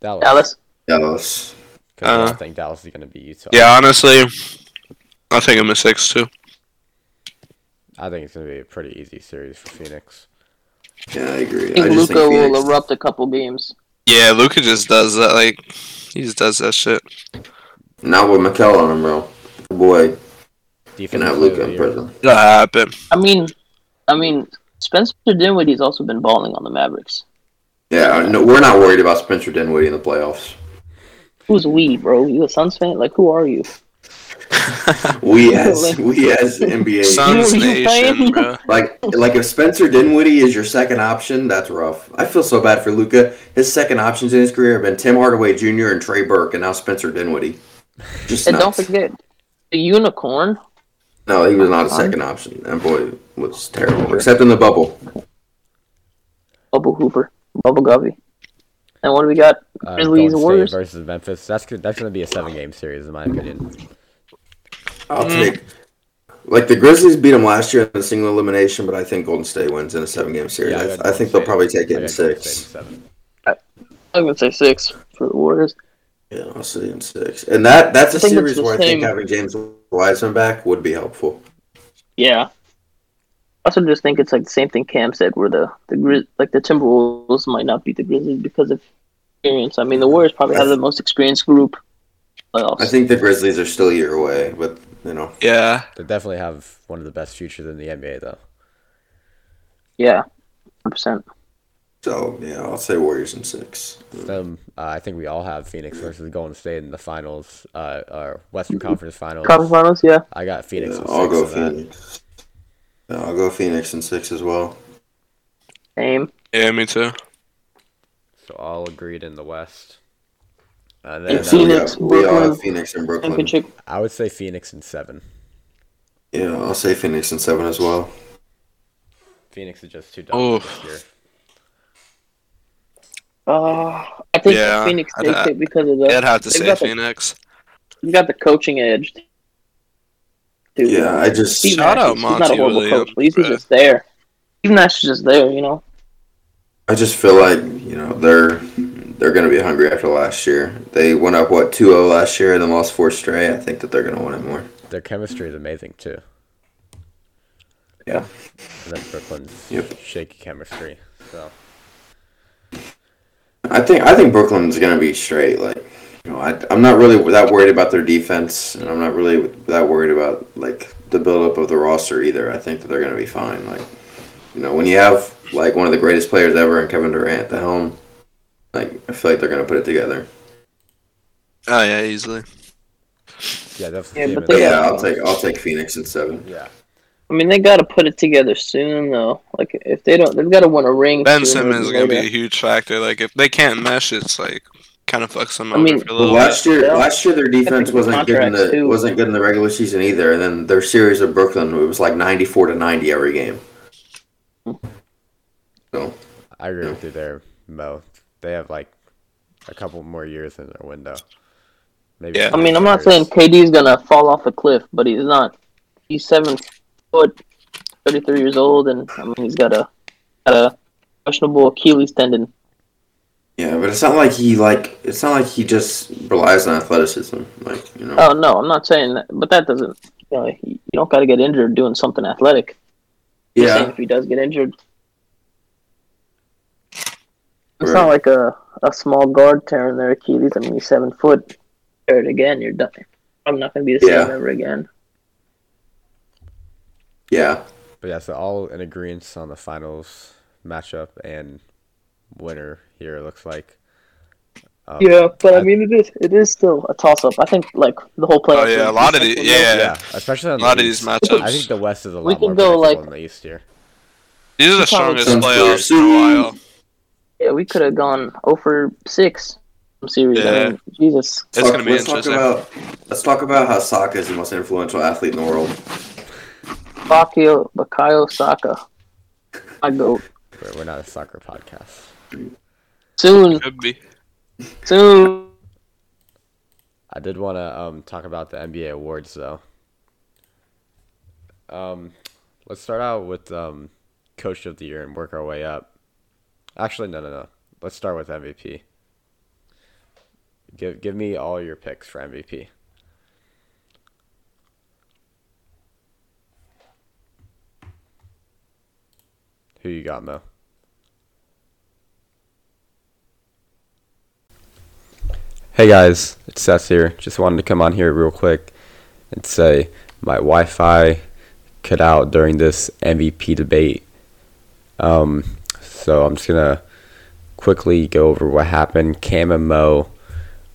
[SPEAKER 5] Dallas.
[SPEAKER 7] Dallas.
[SPEAKER 8] Dallas.
[SPEAKER 5] 'Cause I
[SPEAKER 6] Uh,
[SPEAKER 5] don't think Dallas is gonna beat Utah.
[SPEAKER 6] Yeah, honestly, I think I'm a six too.
[SPEAKER 5] I think it's gonna be a pretty easy series for Phoenix.
[SPEAKER 8] Yeah, I agree.
[SPEAKER 7] I think
[SPEAKER 8] I just
[SPEAKER 7] Luca
[SPEAKER 8] think Phoenix,
[SPEAKER 7] will erupt a couple games.
[SPEAKER 6] Yeah, Luca just does that. Like he just does that shit.
[SPEAKER 8] Not with Mikel on him, bro. Boy, can
[SPEAKER 5] Defense player
[SPEAKER 8] have
[SPEAKER 5] of
[SPEAKER 8] Luca
[SPEAKER 5] the
[SPEAKER 8] in
[SPEAKER 5] year.
[SPEAKER 8] prison.
[SPEAKER 6] That happened.
[SPEAKER 7] I mean, I mean, Spencer Dinwiddie's also been balling on the Mavericks.
[SPEAKER 8] Yeah, no, we're not worried about Spencer Dinwiddie in the playoffs.
[SPEAKER 7] Who's we, bro? You a Suns fan? Like, who are you?
[SPEAKER 8] We as we as NBA
[SPEAKER 6] Suns
[SPEAKER 7] You- you
[SPEAKER 6] Nation,
[SPEAKER 7] playing?
[SPEAKER 6] bro.
[SPEAKER 8] Like, like if Spencer Dinwiddie is your second option, that's rough. I feel so bad for Luca. His second options in his career have been Tim Hardaway Jr. and Trey Burke, and now Spencer Dinwiddie. Just
[SPEAKER 7] And don't
[SPEAKER 8] nuts.
[SPEAKER 7] forget, the unicorn.
[SPEAKER 8] no, he was not a second option. That boy was terrible, except in the bubble.
[SPEAKER 7] Bubble Hooper, Bubble Govey. And what do we got?
[SPEAKER 5] Uh,
[SPEAKER 7] Grizzlies
[SPEAKER 5] Golden
[SPEAKER 7] and
[SPEAKER 5] State
[SPEAKER 7] Warriors.
[SPEAKER 5] versus Memphis. That's good. That's gonna be a seven game series in my opinion.
[SPEAKER 8] I'll
[SPEAKER 5] Mm-hmm.
[SPEAKER 8] take. Like the Grizzlies beat him last year in the single elimination, but I think Golden State wins in a seven-game series.
[SPEAKER 5] Yeah,
[SPEAKER 8] I,
[SPEAKER 5] I got
[SPEAKER 8] I
[SPEAKER 5] Golden
[SPEAKER 8] think they'll
[SPEAKER 5] State.
[SPEAKER 8] probably take
[SPEAKER 5] I
[SPEAKER 8] it in
[SPEAKER 5] got Golden State
[SPEAKER 8] six.
[SPEAKER 5] in seven.
[SPEAKER 7] I'm gonna say six for the Warriors.
[SPEAKER 8] Yeah, I'll say in six, and that that's a
[SPEAKER 7] I think it's
[SPEAKER 8] series
[SPEAKER 7] the
[SPEAKER 8] where I
[SPEAKER 7] same-
[SPEAKER 8] think having James Wiseman back would be helpful.
[SPEAKER 7] Yeah. I also just think it's like the same thing Cam said, where the the Grizz- like the Timberwolves might not beat the Grizzlies because of experience. I mean, the Warriors probably have the most experienced group. Playoffs.
[SPEAKER 8] I think the Grizzlies are still a year away, but you know,
[SPEAKER 6] Yeah.
[SPEAKER 5] They definitely have one of the best futures in the NBA, though.
[SPEAKER 7] yeah, percent.
[SPEAKER 8] so yeah, I'll say Warriors in six.
[SPEAKER 5] Them, uh, I think we all have Phoenix versus Golden State in the finals, uh, or Western Conference Finals.
[SPEAKER 7] Conference finals, yeah.
[SPEAKER 5] I got Phoenix.
[SPEAKER 8] Yeah,
[SPEAKER 5] in
[SPEAKER 8] I'll
[SPEAKER 5] six
[SPEAKER 8] go
[SPEAKER 5] of that.
[SPEAKER 8] Phoenix. Yeah, I'll go Phoenix in six as well.
[SPEAKER 7] Same.
[SPEAKER 6] Yeah, me too.
[SPEAKER 5] So all agreed in the West. And
[SPEAKER 7] Yeah,
[SPEAKER 5] then
[SPEAKER 7] so-
[SPEAKER 5] uh,
[SPEAKER 7] Phoenix,
[SPEAKER 8] we, all- we all have
[SPEAKER 7] Brooklyn,
[SPEAKER 8] Phoenix and Brooklyn.
[SPEAKER 7] Championship.
[SPEAKER 5] I would say Phoenix in seven.
[SPEAKER 8] Yeah, I'll say Phoenix in seven as well.
[SPEAKER 5] Phoenix is just too dominant this year.
[SPEAKER 7] Uh, I think
[SPEAKER 6] Yeah,
[SPEAKER 7] Phoenix
[SPEAKER 6] I'd
[SPEAKER 7] takes
[SPEAKER 6] ha-
[SPEAKER 7] it because of the.
[SPEAKER 6] Yeah, I'd have to
[SPEAKER 7] they've
[SPEAKER 6] say
[SPEAKER 7] got the-
[SPEAKER 6] Phoenix.
[SPEAKER 7] You got the coaching edge. Dude,
[SPEAKER 8] Yeah, I just
[SPEAKER 7] Steve
[SPEAKER 6] Shout
[SPEAKER 7] Nash,
[SPEAKER 6] out
[SPEAKER 7] is- he's not a
[SPEAKER 6] Monty
[SPEAKER 7] horrible
[SPEAKER 6] Williams,
[SPEAKER 7] coach. But he's, he's
[SPEAKER 6] bruh.
[SPEAKER 7] just there. Steve Nash is just there, you know.
[SPEAKER 8] I just feel like you know they're they're going to be hungry after last year. They went up what 2-0 last year and then lost four straight. I think that they're going to want it more.
[SPEAKER 5] Their chemistry is amazing too.
[SPEAKER 8] Yeah.
[SPEAKER 5] And then Brooklyn's
[SPEAKER 8] Yep.
[SPEAKER 5] shaky chemistry. So
[SPEAKER 8] I think I think Brooklyn's going to be straight. Like you know, I, I'm not really that worried about their defense, and I'm not really that worried about like the buildup of the roster either. I think that they're going to be fine. Like you know, when you have like one of the greatest players ever and Kevin Durant at the helm, like I feel like they're going to put it together.
[SPEAKER 6] Oh yeah, easily.
[SPEAKER 5] yeah, that's the
[SPEAKER 7] Yeah,
[SPEAKER 5] team in
[SPEAKER 7] but
[SPEAKER 8] But
[SPEAKER 7] they-
[SPEAKER 5] the-
[SPEAKER 8] yeah, I'll take I'll take Phoenix in seven.
[SPEAKER 5] yeah.
[SPEAKER 7] I mean, they got to put it together soon, though. Like, if they don't, they've got to win a ring.
[SPEAKER 6] Ben
[SPEAKER 7] sooner
[SPEAKER 6] Simmons is
[SPEAKER 7] than
[SPEAKER 6] gonna be a
[SPEAKER 7] later.
[SPEAKER 6] huge factor. Like if they can't mesh, it's like kind of fucks them
[SPEAKER 7] I
[SPEAKER 6] over
[SPEAKER 7] mean,
[SPEAKER 6] for a
[SPEAKER 8] Well,
[SPEAKER 6] little bit.
[SPEAKER 8] last year,
[SPEAKER 7] Yeah.
[SPEAKER 8] last year their defense
[SPEAKER 7] Contracts
[SPEAKER 8] wasn't good in the
[SPEAKER 7] too.
[SPEAKER 8] wasn't good in the regular season either, and then their series of Brooklyn it was like ninety four to ninety every game. So
[SPEAKER 5] I agree with you there, Mo. They have like a couple more years in their window. Maybe
[SPEAKER 6] Yeah.
[SPEAKER 7] I mean, I'm
[SPEAKER 5] years.
[SPEAKER 7] not saying KD's gonna fall off a cliff, but he's not. He's seven foot, 33 years old, and I mean, he's got a got a questionable Achilles tendon.
[SPEAKER 8] yeah, but it's not like he like it's not like he just relies on athleticism, like you know.
[SPEAKER 7] Oh no, I'm not saying that, but that doesn't. You, know, you don't got to get injured doing something athletic. Just saying
[SPEAKER 8] yeah,
[SPEAKER 7] if he does get injured, it's
[SPEAKER 8] Right.
[SPEAKER 7] not like a a small guard tearing their Achilles. I mean, he's seven foot. Tear it again, you're done. I'm not gonna be the same
[SPEAKER 8] Yeah.
[SPEAKER 7] ever again.
[SPEAKER 8] yeah,
[SPEAKER 5] But yeah, so all in agreement on the finals matchup and winner here it looks like. Um,
[SPEAKER 7] Yeah, but
[SPEAKER 5] I
[SPEAKER 7] I mean, it is it is still a toss up. I think like the whole playoff.
[SPEAKER 6] Oh yeah, a
[SPEAKER 7] is-
[SPEAKER 6] lot of the yeah,
[SPEAKER 5] yeah, especially on
[SPEAKER 6] a lot
[SPEAKER 5] the
[SPEAKER 6] of these
[SPEAKER 5] East.
[SPEAKER 6] matchups.
[SPEAKER 5] I think the West is a lot
[SPEAKER 7] We
[SPEAKER 5] more
[SPEAKER 7] can go,
[SPEAKER 5] predictable
[SPEAKER 7] like-
[SPEAKER 5] than the East here.
[SPEAKER 6] these are the
[SPEAKER 7] Sounds
[SPEAKER 6] strongest
[SPEAKER 8] clear.
[SPEAKER 6] playoffs in a while.
[SPEAKER 7] Yeah, we could have gone 0 for 6 from series. I
[SPEAKER 6] Yeah.
[SPEAKER 7] mean, Jesus.
[SPEAKER 6] It's
[SPEAKER 8] Talk-
[SPEAKER 6] gonna be
[SPEAKER 8] let's
[SPEAKER 6] interesting.
[SPEAKER 8] Talk about, let's talk about how Sokka is the most influential athlete in the world.
[SPEAKER 7] Bakio, Bakayo Saka. I go.
[SPEAKER 5] We're, we're not a soccer podcast.
[SPEAKER 7] Soon,
[SPEAKER 6] Could be.
[SPEAKER 7] soon.
[SPEAKER 5] I did want to um, talk about the NBA awards though. Um, let's start out with um, Coach of the Year and work our way up. Actually, no, no, no. Let's start with MVP. Give give me all your picks for MVP. Who you got, Mo? Hey guys, it's Seth here. Just wanted to come on here real quick and say my Wi Fi cut out during this MVP debate. Um, so I'm just going to quickly go over what happened. Cam and Mo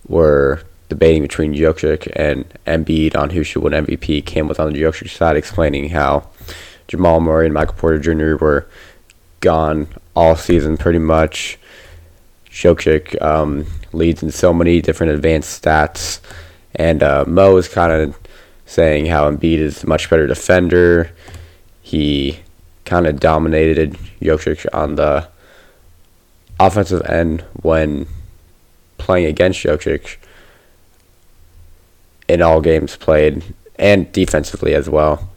[SPEAKER 5] were debating between Jokic and Embiid on who should win MVP. Cam was on the Jokic side explaining how Jamal Murray and Michael Porter Jr. were gone all season pretty much. Jokic um, leads in so many different advanced stats, and uh, Mo is kind of saying how Embiid is a much better defender. He kind of dominated Jokic on the offensive end when playing against Jokic in all games played and defensively as well.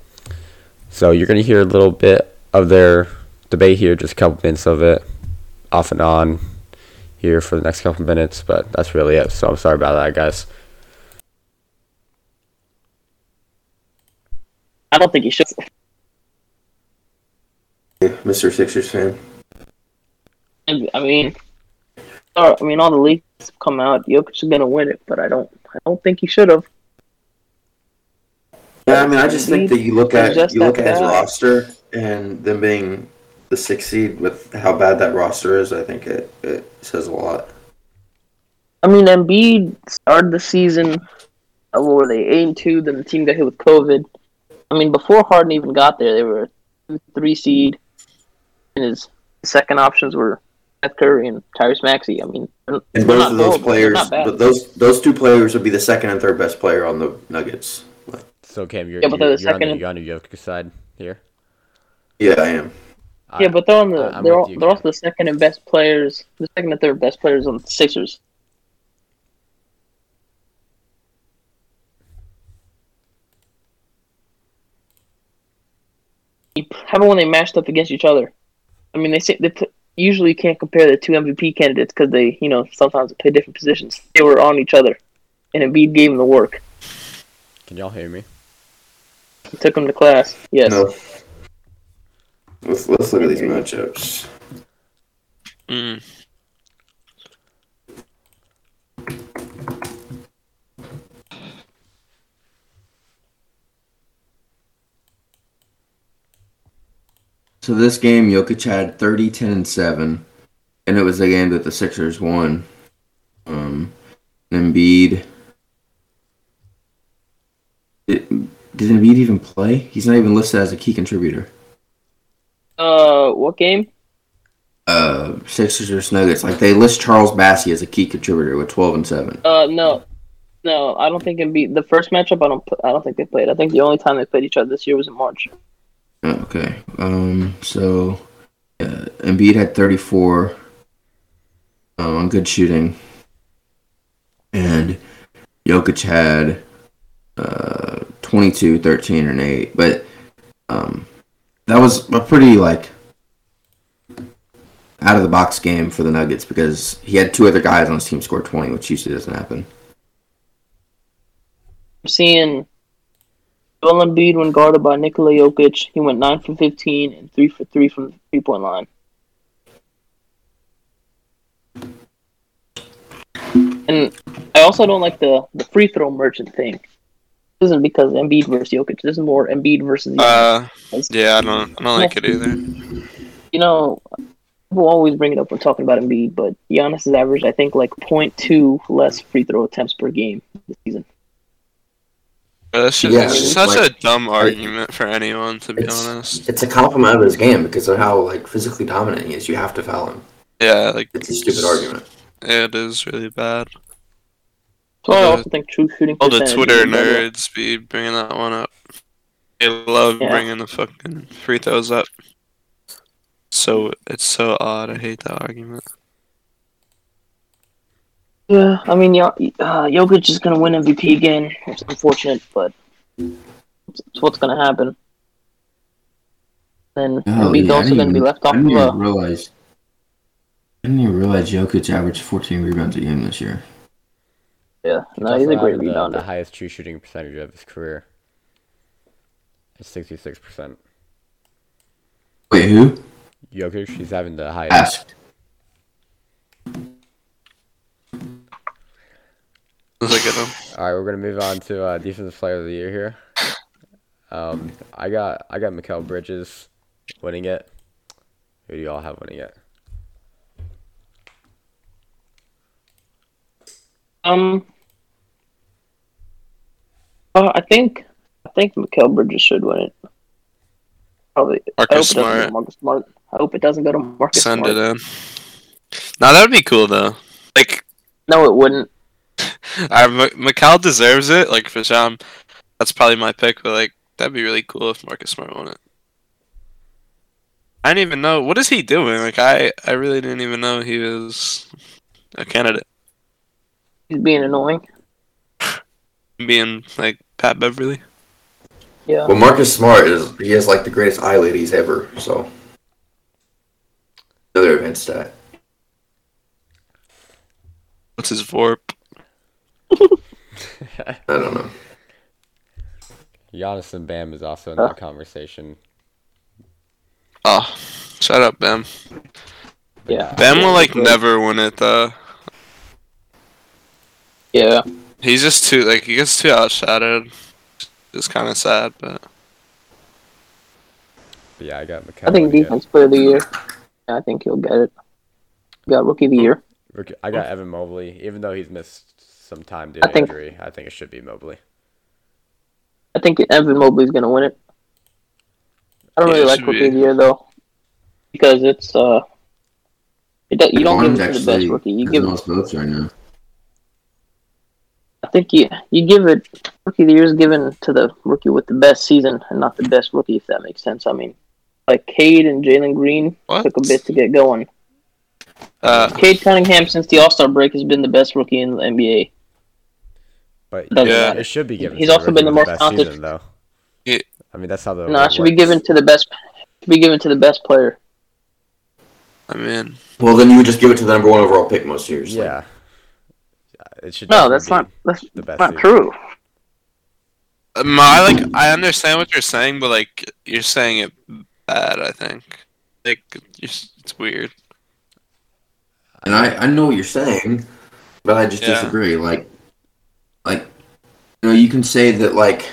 [SPEAKER 5] So you're going to hear a little bit of their debate here, just a couple minutes of it off and on here for the next couple minutes, but that's really it. So I'm sorry about that, guys.
[SPEAKER 7] I don't think he should.
[SPEAKER 8] Mr. Sixers fan.
[SPEAKER 7] And, I mean, or, I mean, all the leaks have come out. Jokic is gonna win it, but I don't, I don't think he should have.
[SPEAKER 8] Yeah, I mean, I just think that you look at
[SPEAKER 7] He's just
[SPEAKER 8] you look at
[SPEAKER 7] that
[SPEAKER 8] his
[SPEAKER 7] guy.
[SPEAKER 8] roster and them being the sixth seed with how bad that roster is. I think it, it says a lot.
[SPEAKER 7] I mean, Embiid started the season. uh, What were they? Eight and two. Then the team got hit with COVID. I mean, before Harden even got there, they were a three seed, and his second options were Seth Curry and Tyrese Maxey. I mean, they're
[SPEAKER 8] And
[SPEAKER 7] not
[SPEAKER 8] both of those
[SPEAKER 7] horrible, they're
[SPEAKER 8] players,
[SPEAKER 7] not bad.
[SPEAKER 8] but those those two players would be the second and third best player on the Nuggets.
[SPEAKER 5] So Cam, you're
[SPEAKER 7] Yeah, but
[SPEAKER 5] you're,
[SPEAKER 7] the
[SPEAKER 5] you're on the
[SPEAKER 7] second-
[SPEAKER 5] you're on the Jokic side here.
[SPEAKER 8] Yeah, I am.
[SPEAKER 7] Yeah, but they're on the
[SPEAKER 5] I- I'm
[SPEAKER 7] they're
[SPEAKER 5] with
[SPEAKER 7] all,
[SPEAKER 5] you,
[SPEAKER 7] they're
[SPEAKER 5] Cam.
[SPEAKER 7] also the second and best players, the second and third best players on the Sixers. You- How about when they matched up against each other? I mean, they say they put, usually you can't compare the two MVP candidates because they, you know, sometimes play different positions. They were on each other, and Embiid gave him the work.
[SPEAKER 5] Can y'all hear me?
[SPEAKER 7] He took him to class. Yes.
[SPEAKER 8] No. Let's let's look at these matchups.
[SPEAKER 6] Mm.
[SPEAKER 8] So this game, Jokic had 30, 10, and 7. And it was a game that the Sixers won. Um, Embiid. Did, did Embiid even play? He's not even listed as a key contributor.
[SPEAKER 7] Uh, what game?
[SPEAKER 8] Uh, Sixers versus Nuggets. Like, they list Charles Bassie as a key contributor with 12 and 7.
[SPEAKER 7] Uh, no, no, I don't think Embiid. The first matchup, I don't, pl- I don't think they played. I think the only time they played each other this year was in March.
[SPEAKER 8] Oh, Okay. Um. So, uh, Embiid had 34 um, on good shooting, and Jokic had uh 22, 13, and eight. But um, that was a pretty like out of the box game for the Nuggets because he had two other guys on his team score 20, which usually doesn't happen.
[SPEAKER 7] I'm seeing Joel Embiid when guarded by Nikola Jokic. He went nine for fifteen and three for three from the three point line. And I also don't like the the free throw merchant thing. This isn't because Embiid versus Jokic. This is more Embiid versus.
[SPEAKER 6] Uh,
[SPEAKER 7] Jokic.
[SPEAKER 6] yeah, I don't, I don't like it either.
[SPEAKER 7] you know, people always bring it up when talking about Embiid, but Giannis has averaged, I think, like 0.2 less free throw attempts per game this season.
[SPEAKER 6] But that's just,
[SPEAKER 8] Yeah,
[SPEAKER 6] it's
[SPEAKER 8] it's
[SPEAKER 6] such
[SPEAKER 8] like-
[SPEAKER 6] a dumb argument for anyone, to be
[SPEAKER 8] It's-
[SPEAKER 6] honest.
[SPEAKER 8] It's a compliment of his game because of how like physically dominant he is. You have to foul him.
[SPEAKER 6] Yeah, like
[SPEAKER 8] It's a stupid argument.
[SPEAKER 6] It is really bad.
[SPEAKER 7] So I
[SPEAKER 6] All the-
[SPEAKER 7] also think true shooting.
[SPEAKER 6] All the
[SPEAKER 7] percentage
[SPEAKER 6] Twitter
[SPEAKER 7] is better.
[SPEAKER 6] nerds be bringing that one up. They love
[SPEAKER 7] Yeah.
[SPEAKER 6] bringing the fucking free throws up. So it's so odd. I hate that argument.
[SPEAKER 7] Yeah, I mean, Yo- uh, Jokic is going to win MVP again. It's unfortunate, but it's, it's what's going to happen. Then
[SPEAKER 8] Oh,
[SPEAKER 7] Embiid's
[SPEAKER 8] yeah, I
[SPEAKER 7] also
[SPEAKER 8] didn't
[SPEAKER 7] going to be
[SPEAKER 8] even-
[SPEAKER 7] left off
[SPEAKER 8] I
[SPEAKER 7] of
[SPEAKER 8] didn't even
[SPEAKER 7] a.
[SPEAKER 8] realize. I didn't even realize Jokic averaged 14 rebounds a game this year.
[SPEAKER 7] Yeah, no,
[SPEAKER 5] Also
[SPEAKER 7] he's a great
[SPEAKER 5] added the, the
[SPEAKER 7] rebounder.
[SPEAKER 5] highest true shooting percentage of his career. It's sixty six percent.
[SPEAKER 8] Wait, who?
[SPEAKER 5] Jokic, he's having the highest.
[SPEAKER 8] Asked.
[SPEAKER 6] Look at them.
[SPEAKER 5] All right, we're gonna move on to uh, defensive player of the year here. Um, I got I got Mikael Bridges winning it. Who do y'all have winning it?
[SPEAKER 7] Um, uh, I think I think Mikael Bridges should win it. Probably.
[SPEAKER 6] Marcus
[SPEAKER 7] I
[SPEAKER 6] Smart.
[SPEAKER 7] hope it doesn't go to Marcus Smart. I hope it doesn't go to Marcus
[SPEAKER 6] Send
[SPEAKER 7] Smart.
[SPEAKER 6] it in. Now that would be cool though. Like,
[SPEAKER 7] No, it wouldn't.
[SPEAKER 6] I Mikal deserves it. Like for Sham, that's probably my pick. But like, that'd be really cool if Marcus Smart won it. I didn't even know what is he doing. Like, I I really didn't even know he was a candidate.
[SPEAKER 7] He's being annoying.
[SPEAKER 6] being like Pat Beverly.
[SPEAKER 7] Yeah.
[SPEAKER 8] Well, Marcus Smart is he has like the greatest eye ladies ever. So another event stat.
[SPEAKER 6] What's his VORP?
[SPEAKER 8] I don't know.
[SPEAKER 5] Giannis and Bam is also in that conversation.
[SPEAKER 6] Oh, Shut up, Bam.
[SPEAKER 7] Yeah.
[SPEAKER 6] Bam will like never win it though.
[SPEAKER 7] Yeah.
[SPEAKER 6] He's just too like he gets too outshadowed. It's kind of sad, but
[SPEAKER 5] But yeah, I got McCallum.
[SPEAKER 7] I think defense player of the year. Yeah, I think he'll get it. Got rookie of the year.
[SPEAKER 5] I got Evan Mobley, even though he's missed some time due
[SPEAKER 7] I
[SPEAKER 5] to
[SPEAKER 7] think-
[SPEAKER 5] injury. I think it should be Mobley.
[SPEAKER 7] I think Evan Mobley's gonna win it. I don't
[SPEAKER 6] Yeah,
[SPEAKER 7] really
[SPEAKER 6] it
[SPEAKER 7] like
[SPEAKER 6] should
[SPEAKER 7] rookie
[SPEAKER 6] be.
[SPEAKER 7] of the year though, because it's uh, it, do- you don't give it to the best rookie. You give it
[SPEAKER 8] most votes right now.
[SPEAKER 7] I think you you give it rookie of the year is given to the rookie with the best season and not the best rookie, if that makes sense. I mean, like Cade and Jalen Green
[SPEAKER 6] What?
[SPEAKER 7] took a bit to get going.
[SPEAKER 6] uh,
[SPEAKER 7] Cade Cunningham since the All Star break has been the best rookie in the NBA.
[SPEAKER 5] But
[SPEAKER 7] Doesn't
[SPEAKER 5] yeah,
[SPEAKER 7] matter.
[SPEAKER 5] it should be given.
[SPEAKER 7] He's
[SPEAKER 5] to
[SPEAKER 7] also been
[SPEAKER 5] rookie
[SPEAKER 7] the
[SPEAKER 5] with
[SPEAKER 7] most
[SPEAKER 5] best
[SPEAKER 7] talented-
[SPEAKER 5] season, though.
[SPEAKER 6] Yeah.
[SPEAKER 5] I mean, that's how the
[SPEAKER 7] No, it
[SPEAKER 5] award
[SPEAKER 7] should be
[SPEAKER 5] works.
[SPEAKER 7] given to the best. Should be given to the best player.
[SPEAKER 6] I mean,
[SPEAKER 8] Well, then you would just give it to the number one overall pick most years.
[SPEAKER 5] Yeah. It should
[SPEAKER 7] No,
[SPEAKER 5] definitely
[SPEAKER 7] that's
[SPEAKER 5] be-
[SPEAKER 7] not that's
[SPEAKER 5] the best
[SPEAKER 7] not
[SPEAKER 5] season.
[SPEAKER 7] true.
[SPEAKER 6] um, I like I understand what you're saying, but like you're saying it bad. I think like you're, s- it's weird.
[SPEAKER 8] and I, I know what you're saying, but I just
[SPEAKER 6] Yeah.
[SPEAKER 8] disagree. Like, like you know, you can say that like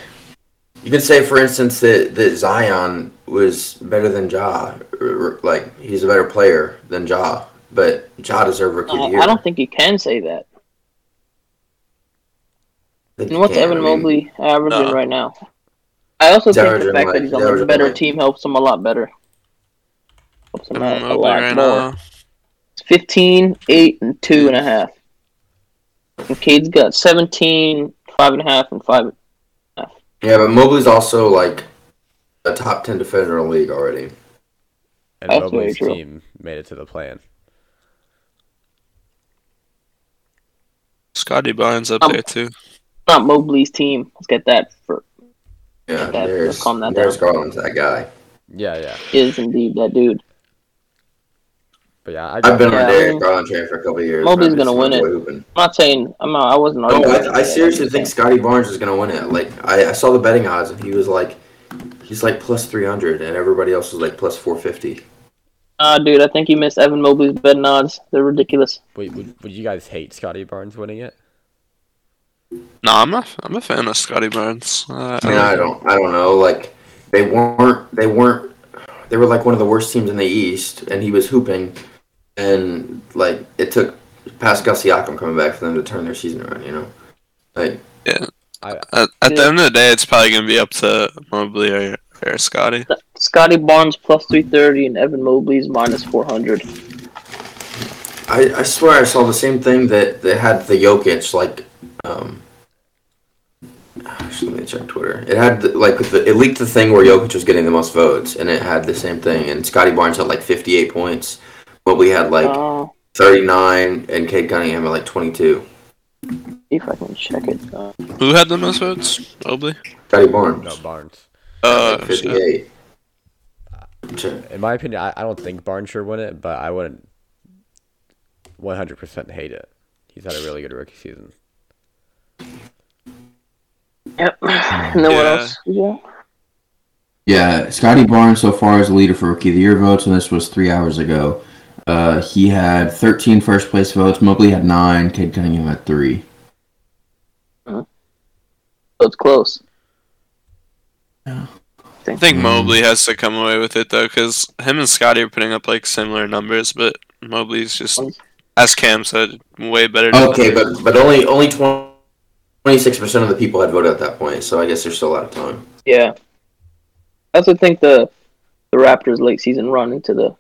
[SPEAKER 8] you can say, for instance, that that Zion was better than Ja, or, or, like he's a better player than Ja, but Ja deserved rookie
[SPEAKER 7] I,
[SPEAKER 8] of the year.
[SPEAKER 7] I don't think you can say that.
[SPEAKER 8] think
[SPEAKER 7] And
[SPEAKER 8] you
[SPEAKER 7] what's
[SPEAKER 8] can.
[SPEAKER 7] Evan
[SPEAKER 8] I mean,
[SPEAKER 7] Mobley averaging
[SPEAKER 6] no.
[SPEAKER 7] right now? I also think the
[SPEAKER 8] Averaging
[SPEAKER 7] fact
[SPEAKER 8] like-
[SPEAKER 7] that he's on
[SPEAKER 8] averaging
[SPEAKER 7] a better
[SPEAKER 8] like-
[SPEAKER 7] team helps him a lot better. Helps him out a
[SPEAKER 6] Mobley
[SPEAKER 7] lot
[SPEAKER 6] right
[SPEAKER 7] more.
[SPEAKER 6] now.
[SPEAKER 7] 15, 8, and 2.5. And Cade's got 17, 5.5, and 5.
[SPEAKER 8] Yeah, but Mobley's also like a top ten defender in the league already.
[SPEAKER 5] And
[SPEAKER 7] That's
[SPEAKER 5] Mobley's
[SPEAKER 7] very true.
[SPEAKER 5] team made it to the plan.
[SPEAKER 6] Scotty Barnes up
[SPEAKER 7] Um,
[SPEAKER 6] there too.
[SPEAKER 7] Not Mobley's team. Let's get that for
[SPEAKER 8] Yeah,
[SPEAKER 7] That-
[SPEAKER 8] there's
[SPEAKER 7] calm that
[SPEAKER 8] there's
[SPEAKER 7] down.
[SPEAKER 8] Garland's that guy.
[SPEAKER 5] Yeah, yeah.
[SPEAKER 7] is indeed that dude.
[SPEAKER 5] But yeah, I
[SPEAKER 8] I've been
[SPEAKER 7] Yeah,
[SPEAKER 8] on
[SPEAKER 7] I
[SPEAKER 8] Derek
[SPEAKER 7] mean,
[SPEAKER 8] Garland train for a couple of years.
[SPEAKER 7] Mobley's
[SPEAKER 8] but I
[SPEAKER 7] gonna
[SPEAKER 8] just
[SPEAKER 7] win
[SPEAKER 8] enjoy
[SPEAKER 7] it.
[SPEAKER 8] hooping.
[SPEAKER 7] I'm not saying I'm not. I wasn't
[SPEAKER 8] Oh,
[SPEAKER 7] arguing.
[SPEAKER 8] I, I
[SPEAKER 7] that.
[SPEAKER 8] seriously think Scotty Barnes is gonna win it. Like I, I saw the betting odds and he was like, he's like plus three hundred, and everybody else was like plus four fifty.
[SPEAKER 7] Nah, dude. I think you missed Evan Mobley's betting odds. They're ridiculous.
[SPEAKER 5] Wait, would, would you guys hate Scotty Barnes winning it?
[SPEAKER 6] No, I'm a I'm a fan of Scotty Barnes. Uh,
[SPEAKER 8] I mean, I don't, I don't know. Like they weren't, they weren't, they were like one of the worst teams in the East, and he was hooping, and like it took Pascal Siakam coming back for them to turn their season around. You know, like
[SPEAKER 6] At, at the end of the day, it's probably gonna be up to Mobley or, or Scotty.
[SPEAKER 7] Scotty Barnes plus 330 and Evan Mobley's minus 400.
[SPEAKER 8] I, I swear I saw the same thing that, that had the Jokic like um actually, let me check Twitter. It had the, like the, it leaked the thing where Jokic was getting the most votes and it had the same thing and Scotty Barnes had like 58 points. Mobley had like
[SPEAKER 7] Uh,
[SPEAKER 8] 39 and Cade Cunningham had like 22.
[SPEAKER 7] see if I can check it. Uh,
[SPEAKER 6] Who had the most votes? Mobley.
[SPEAKER 8] Scotty Barnes
[SPEAKER 5] No, Barnes.
[SPEAKER 6] Uh, shit.
[SPEAKER 8] 58. Sure.
[SPEAKER 5] In my opinion, I, I don't think Barnes should win it, but I wouldn't 100% hate it. He's had a really good rookie season.
[SPEAKER 7] yep. And then what
[SPEAKER 6] Yeah.
[SPEAKER 7] else? Yeah.
[SPEAKER 8] Yeah, Scotty Barnes so far is the leader for Rookie of the Year votes, and this was three hours ago. Uh, he had 13 first place votes. Mobley had nine. Cade Cunningham had three.
[SPEAKER 7] So it's close.
[SPEAKER 6] I think Mobley has to come away with it though, because him and Scotty are putting up like similar numbers, but Mobley's just, as Cam said, way better.
[SPEAKER 8] Okay,
[SPEAKER 6] defender.
[SPEAKER 8] but but only only 26 percent of the people had voted at that point, so I guess there's still a lot of time.
[SPEAKER 7] Yeah. I also think the the Raptors' late season run into the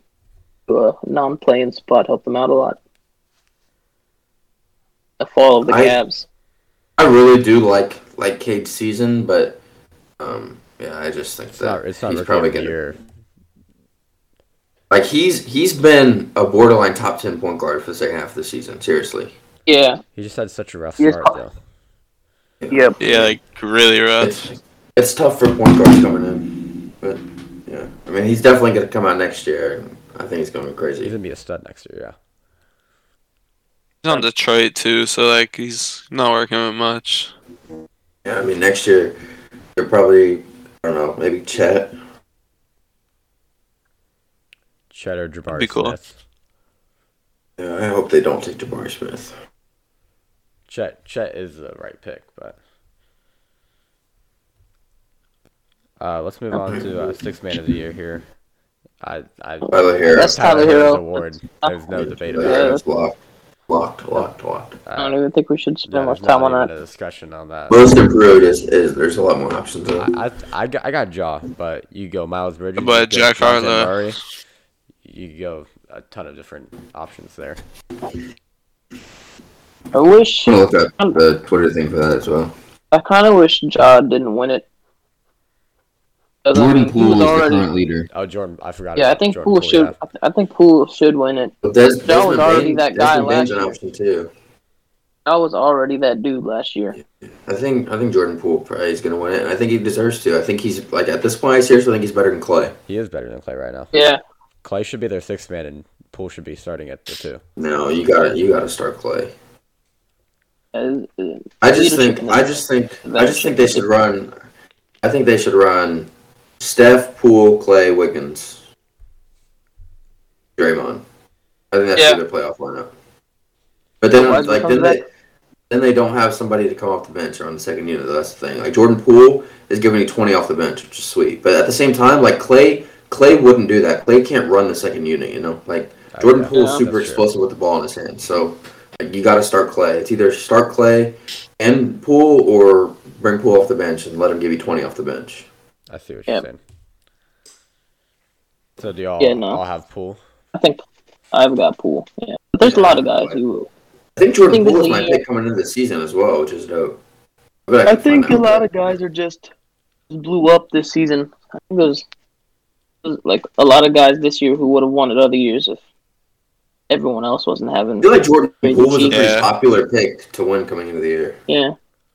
[SPEAKER 7] to a non-playing spot helped them out a lot. The fall of the
[SPEAKER 8] I-
[SPEAKER 7] Cavs.
[SPEAKER 8] I really do like like Cade's season, but um, yeah, I just think
[SPEAKER 5] It's
[SPEAKER 8] that
[SPEAKER 5] not, it's not
[SPEAKER 8] Uh, he's
[SPEAKER 5] rookie
[SPEAKER 8] probably
[SPEAKER 5] of the
[SPEAKER 8] gonna
[SPEAKER 5] year.
[SPEAKER 8] like he's he's been a borderline top 10 point guard for the second half of the season. Seriously,
[SPEAKER 7] Yeah.
[SPEAKER 5] He just had such a rough
[SPEAKER 7] He just
[SPEAKER 5] start,
[SPEAKER 7] caught-
[SPEAKER 5] though.
[SPEAKER 7] Yep.
[SPEAKER 6] yeah, like really rough.
[SPEAKER 8] it's it's tough for point guards coming in, but yeah, I mean he's definitely gonna come out next year. and I think he's gonna go
[SPEAKER 5] He's
[SPEAKER 8] crazy.
[SPEAKER 5] going to be a stud next year, yeah.
[SPEAKER 6] He's on Detroit too, so like he's not working with much.
[SPEAKER 8] Yeah, I mean next year they're probably I don't know maybe Chet.
[SPEAKER 5] Shout out Jabari
[SPEAKER 6] be cool.
[SPEAKER 5] Smith.
[SPEAKER 8] Yeah, I hope they don't take Jabari Smith.
[SPEAKER 5] Chet Chet is the right pick, but uh, let's move on to uh, six man of the year here. I I
[SPEAKER 8] Tyler Hero.
[SPEAKER 7] That's Tyler
[SPEAKER 5] Hero's
[SPEAKER 7] Hero.
[SPEAKER 5] award. There's no debate about it.
[SPEAKER 8] Tyler
[SPEAKER 5] Uh,
[SPEAKER 7] Yeah.
[SPEAKER 8] Hero's locked, locked, locked, locked.
[SPEAKER 7] I don't even think we should
[SPEAKER 5] Yeah,
[SPEAKER 7] spend
[SPEAKER 5] there's
[SPEAKER 7] much time
[SPEAKER 5] not
[SPEAKER 7] on
[SPEAKER 5] even
[SPEAKER 7] that.
[SPEAKER 5] a discussion on that.
[SPEAKER 8] Most improved is, is there's a lot more options. Though.
[SPEAKER 5] I, I, got, I got Jaw, but you go Miles Bridges,
[SPEAKER 6] But
[SPEAKER 5] you go
[SPEAKER 6] Jack
[SPEAKER 5] Dejounte
[SPEAKER 6] Harlow.
[SPEAKER 5] Murray, you go a ton of different options there.
[SPEAKER 7] I wish.
[SPEAKER 8] I'm gonna look up the Twitter thing for that as well.
[SPEAKER 7] I kind of wish Ja didn't win it. 'Cause, I mean, he was already-
[SPEAKER 8] leader.
[SPEAKER 5] Oh, Jordan, I forgot.
[SPEAKER 7] Yeah, I
[SPEAKER 5] about
[SPEAKER 7] think
[SPEAKER 5] Jordan
[SPEAKER 7] Poole should.
[SPEAKER 5] yeah.
[SPEAKER 7] I, th- I think Poole should win it.
[SPEAKER 8] But Des, Desmond
[SPEAKER 7] was already
[SPEAKER 8] Bain-
[SPEAKER 7] that guy
[SPEAKER 8] Desmond
[SPEAKER 7] last
[SPEAKER 8] Bain's an
[SPEAKER 7] year.
[SPEAKER 8] option too.
[SPEAKER 7] I was already that dude last year.
[SPEAKER 8] I think I think Jordan Poole probably is gonna win it. and I think he deserves to. I think he's like at this point, I seriously think he's better than Clay.
[SPEAKER 5] He is better than Clay right now.
[SPEAKER 7] Yeah,
[SPEAKER 5] Clay should be their sixth man, and Poole should be starting at the two.
[SPEAKER 8] No, you gotta you gotta start Clay.
[SPEAKER 7] Uh, uh,
[SPEAKER 8] I just
[SPEAKER 7] Leadership
[SPEAKER 8] think
[SPEAKER 7] and-
[SPEAKER 8] I just think I just think they should run. I think they should run Steph, Poole, Clay, Wiggins, Draymond. I think that should be their playoff lineup. But then,
[SPEAKER 7] Why is it
[SPEAKER 8] like
[SPEAKER 7] coming
[SPEAKER 8] then they, then they don't have somebody to come off the bench or on the second unit. That's the thing. Like Jordan Poole is giving you twenty off the bench, which is sweet. But at the same time, like Clay, Clay wouldn't do that. Clay can't run the second unit. You know, like Jordan
[SPEAKER 5] yeah,
[SPEAKER 8] Poole's
[SPEAKER 7] yeah.
[SPEAKER 8] super
[SPEAKER 5] That's true.
[SPEAKER 8] explosive with the ball in his hand. So like, you got to start Clay. It's either start Clay and Poole or bring Poole off the bench and let him give you 20 off the bench.
[SPEAKER 5] I see what
[SPEAKER 7] Yeah.
[SPEAKER 5] you're saying. So do y'all
[SPEAKER 7] Yeah, no.
[SPEAKER 5] all have Poole?
[SPEAKER 7] I think I've got Poole. Yeah, but there's a lot of guys who.
[SPEAKER 8] I think
[SPEAKER 7] think
[SPEAKER 8] Jordan
[SPEAKER 7] this
[SPEAKER 8] Poole is
[SPEAKER 7] is
[SPEAKER 8] my
[SPEAKER 7] a-
[SPEAKER 8] pick coming into the season as well, which is dope. bet
[SPEAKER 7] I
[SPEAKER 8] can find
[SPEAKER 7] think a
[SPEAKER 8] that.
[SPEAKER 7] lot of guys are just blew up this season. I think there's, there's like a lot of guys this year who would have won it other years if everyone else wasn't having.
[SPEAKER 8] I feel like Jordan
[SPEAKER 7] Crazy
[SPEAKER 8] Poole was a
[SPEAKER 7] cheat.
[SPEAKER 8] pretty
[SPEAKER 6] Yeah.
[SPEAKER 8] popular pick to win coming into the year.
[SPEAKER 7] Yeah,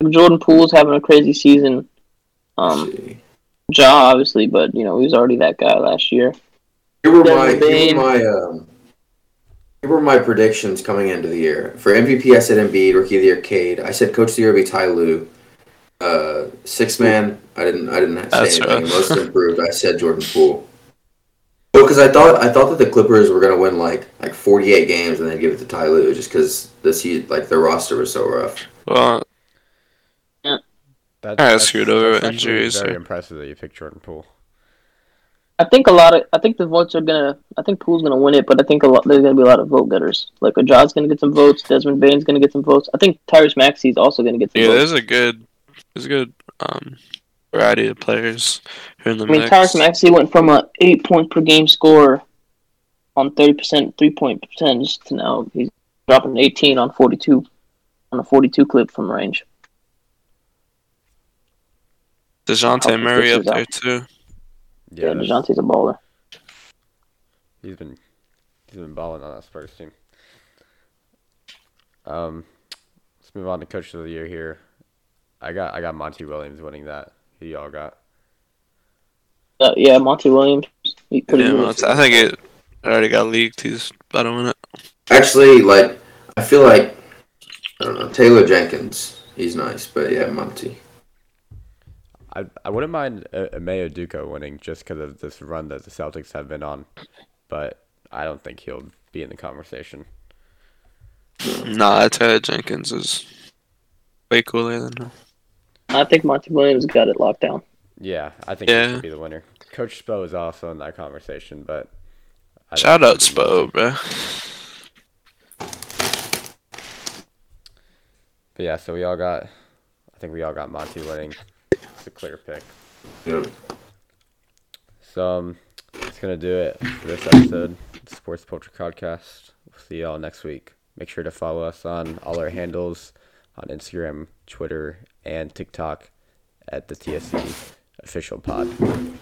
[SPEAKER 7] Jordan Poole's having a crazy season. Um,
[SPEAKER 8] Let's see.
[SPEAKER 7] Ja obviously, but you know he was already that guy last year.
[SPEAKER 8] Here were my
[SPEAKER 7] Desmond
[SPEAKER 8] here
[SPEAKER 7] Bain.
[SPEAKER 8] were my um, here were my predictions coming into the year. For MVP, I said Embiid. Rookie of the year, Cade. I said Coach of the year would be Ty Lue. Uh, six man, I didn't I didn't say
[SPEAKER 6] That's
[SPEAKER 8] anything.
[SPEAKER 6] rough.
[SPEAKER 8] Most improved, I said Jordan Poole. Well, because I thought I thought that the Clippers were gonna win like like 48 games and then give it to Ty Lue just because the se- like their roster was so rough.
[SPEAKER 6] Well,
[SPEAKER 5] That's,
[SPEAKER 6] I screwed over
[SPEAKER 5] that's
[SPEAKER 6] with
[SPEAKER 5] actually
[SPEAKER 6] injuries,
[SPEAKER 5] Very
[SPEAKER 6] so-
[SPEAKER 5] impressive that you picked Jordan Poole.
[SPEAKER 7] I think a lot of I think the votes are gonna I think Poole's gonna win it, but I think a lot there's gonna be a lot of vote getters. Like Ajay's gonna get some votes, Desmond Bain's gonna get some votes. I think Tyrese Maxey's also gonna get some
[SPEAKER 6] yeah,
[SPEAKER 7] votes.
[SPEAKER 6] there's a good, there's a good um, variety of players who are in the
[SPEAKER 7] I mean
[SPEAKER 6] mix.
[SPEAKER 7] Tyrese Maxey went from a eight point per game scorer on thirty percent three point percentage to now he's dropping eighteen on forty two on a forty two clip from range.
[SPEAKER 6] Dejounte
[SPEAKER 7] Hopefully
[SPEAKER 6] Murray
[SPEAKER 7] this
[SPEAKER 6] up
[SPEAKER 7] is
[SPEAKER 6] there
[SPEAKER 7] out.
[SPEAKER 6] too.
[SPEAKER 5] Yeah,
[SPEAKER 7] Yeah,
[SPEAKER 5] that's-
[SPEAKER 7] DeJounte's a baller.
[SPEAKER 5] He's been he's been balling on that Spurs team. Um, let's move on to coach of the year here. I got I got Monty Williams winning that. Who y'all got?
[SPEAKER 7] Uh, yeah, Monty Williams. He pretty
[SPEAKER 6] Yeah,
[SPEAKER 7] good.
[SPEAKER 6] well, it's- I think it already got leaked. He's better than it.
[SPEAKER 8] Actually, like I feel like I don't know Taylor Jenkins. He's nice, but yeah, Monty.
[SPEAKER 5] I I wouldn't mind uh, Emeo Duco winning just because of this run that the Celtics have been on, but I don't think he'll be in the conversation.
[SPEAKER 6] Nah, Taylor Jenkins is way cooler than him.
[SPEAKER 7] I think Monty Williams got it locked down.
[SPEAKER 5] Yeah, I think he
[SPEAKER 6] Yeah.
[SPEAKER 5] should be the winner. Coach Spo is also in that conversation, but I don't
[SPEAKER 6] Shout
[SPEAKER 5] think
[SPEAKER 6] out
[SPEAKER 5] he's in the
[SPEAKER 6] Spo, bro.
[SPEAKER 5] But yeah, so we all got, I think we all got Monty winning. It's a clear pick.
[SPEAKER 8] Yeah.
[SPEAKER 5] So um, that's gonna do it for this episode, of the Sports Poultry Podcast. We'll see y'all next week. Make sure to follow us on all our handles on Instagram, Twitter, and TikTok at the TSC Official Pod.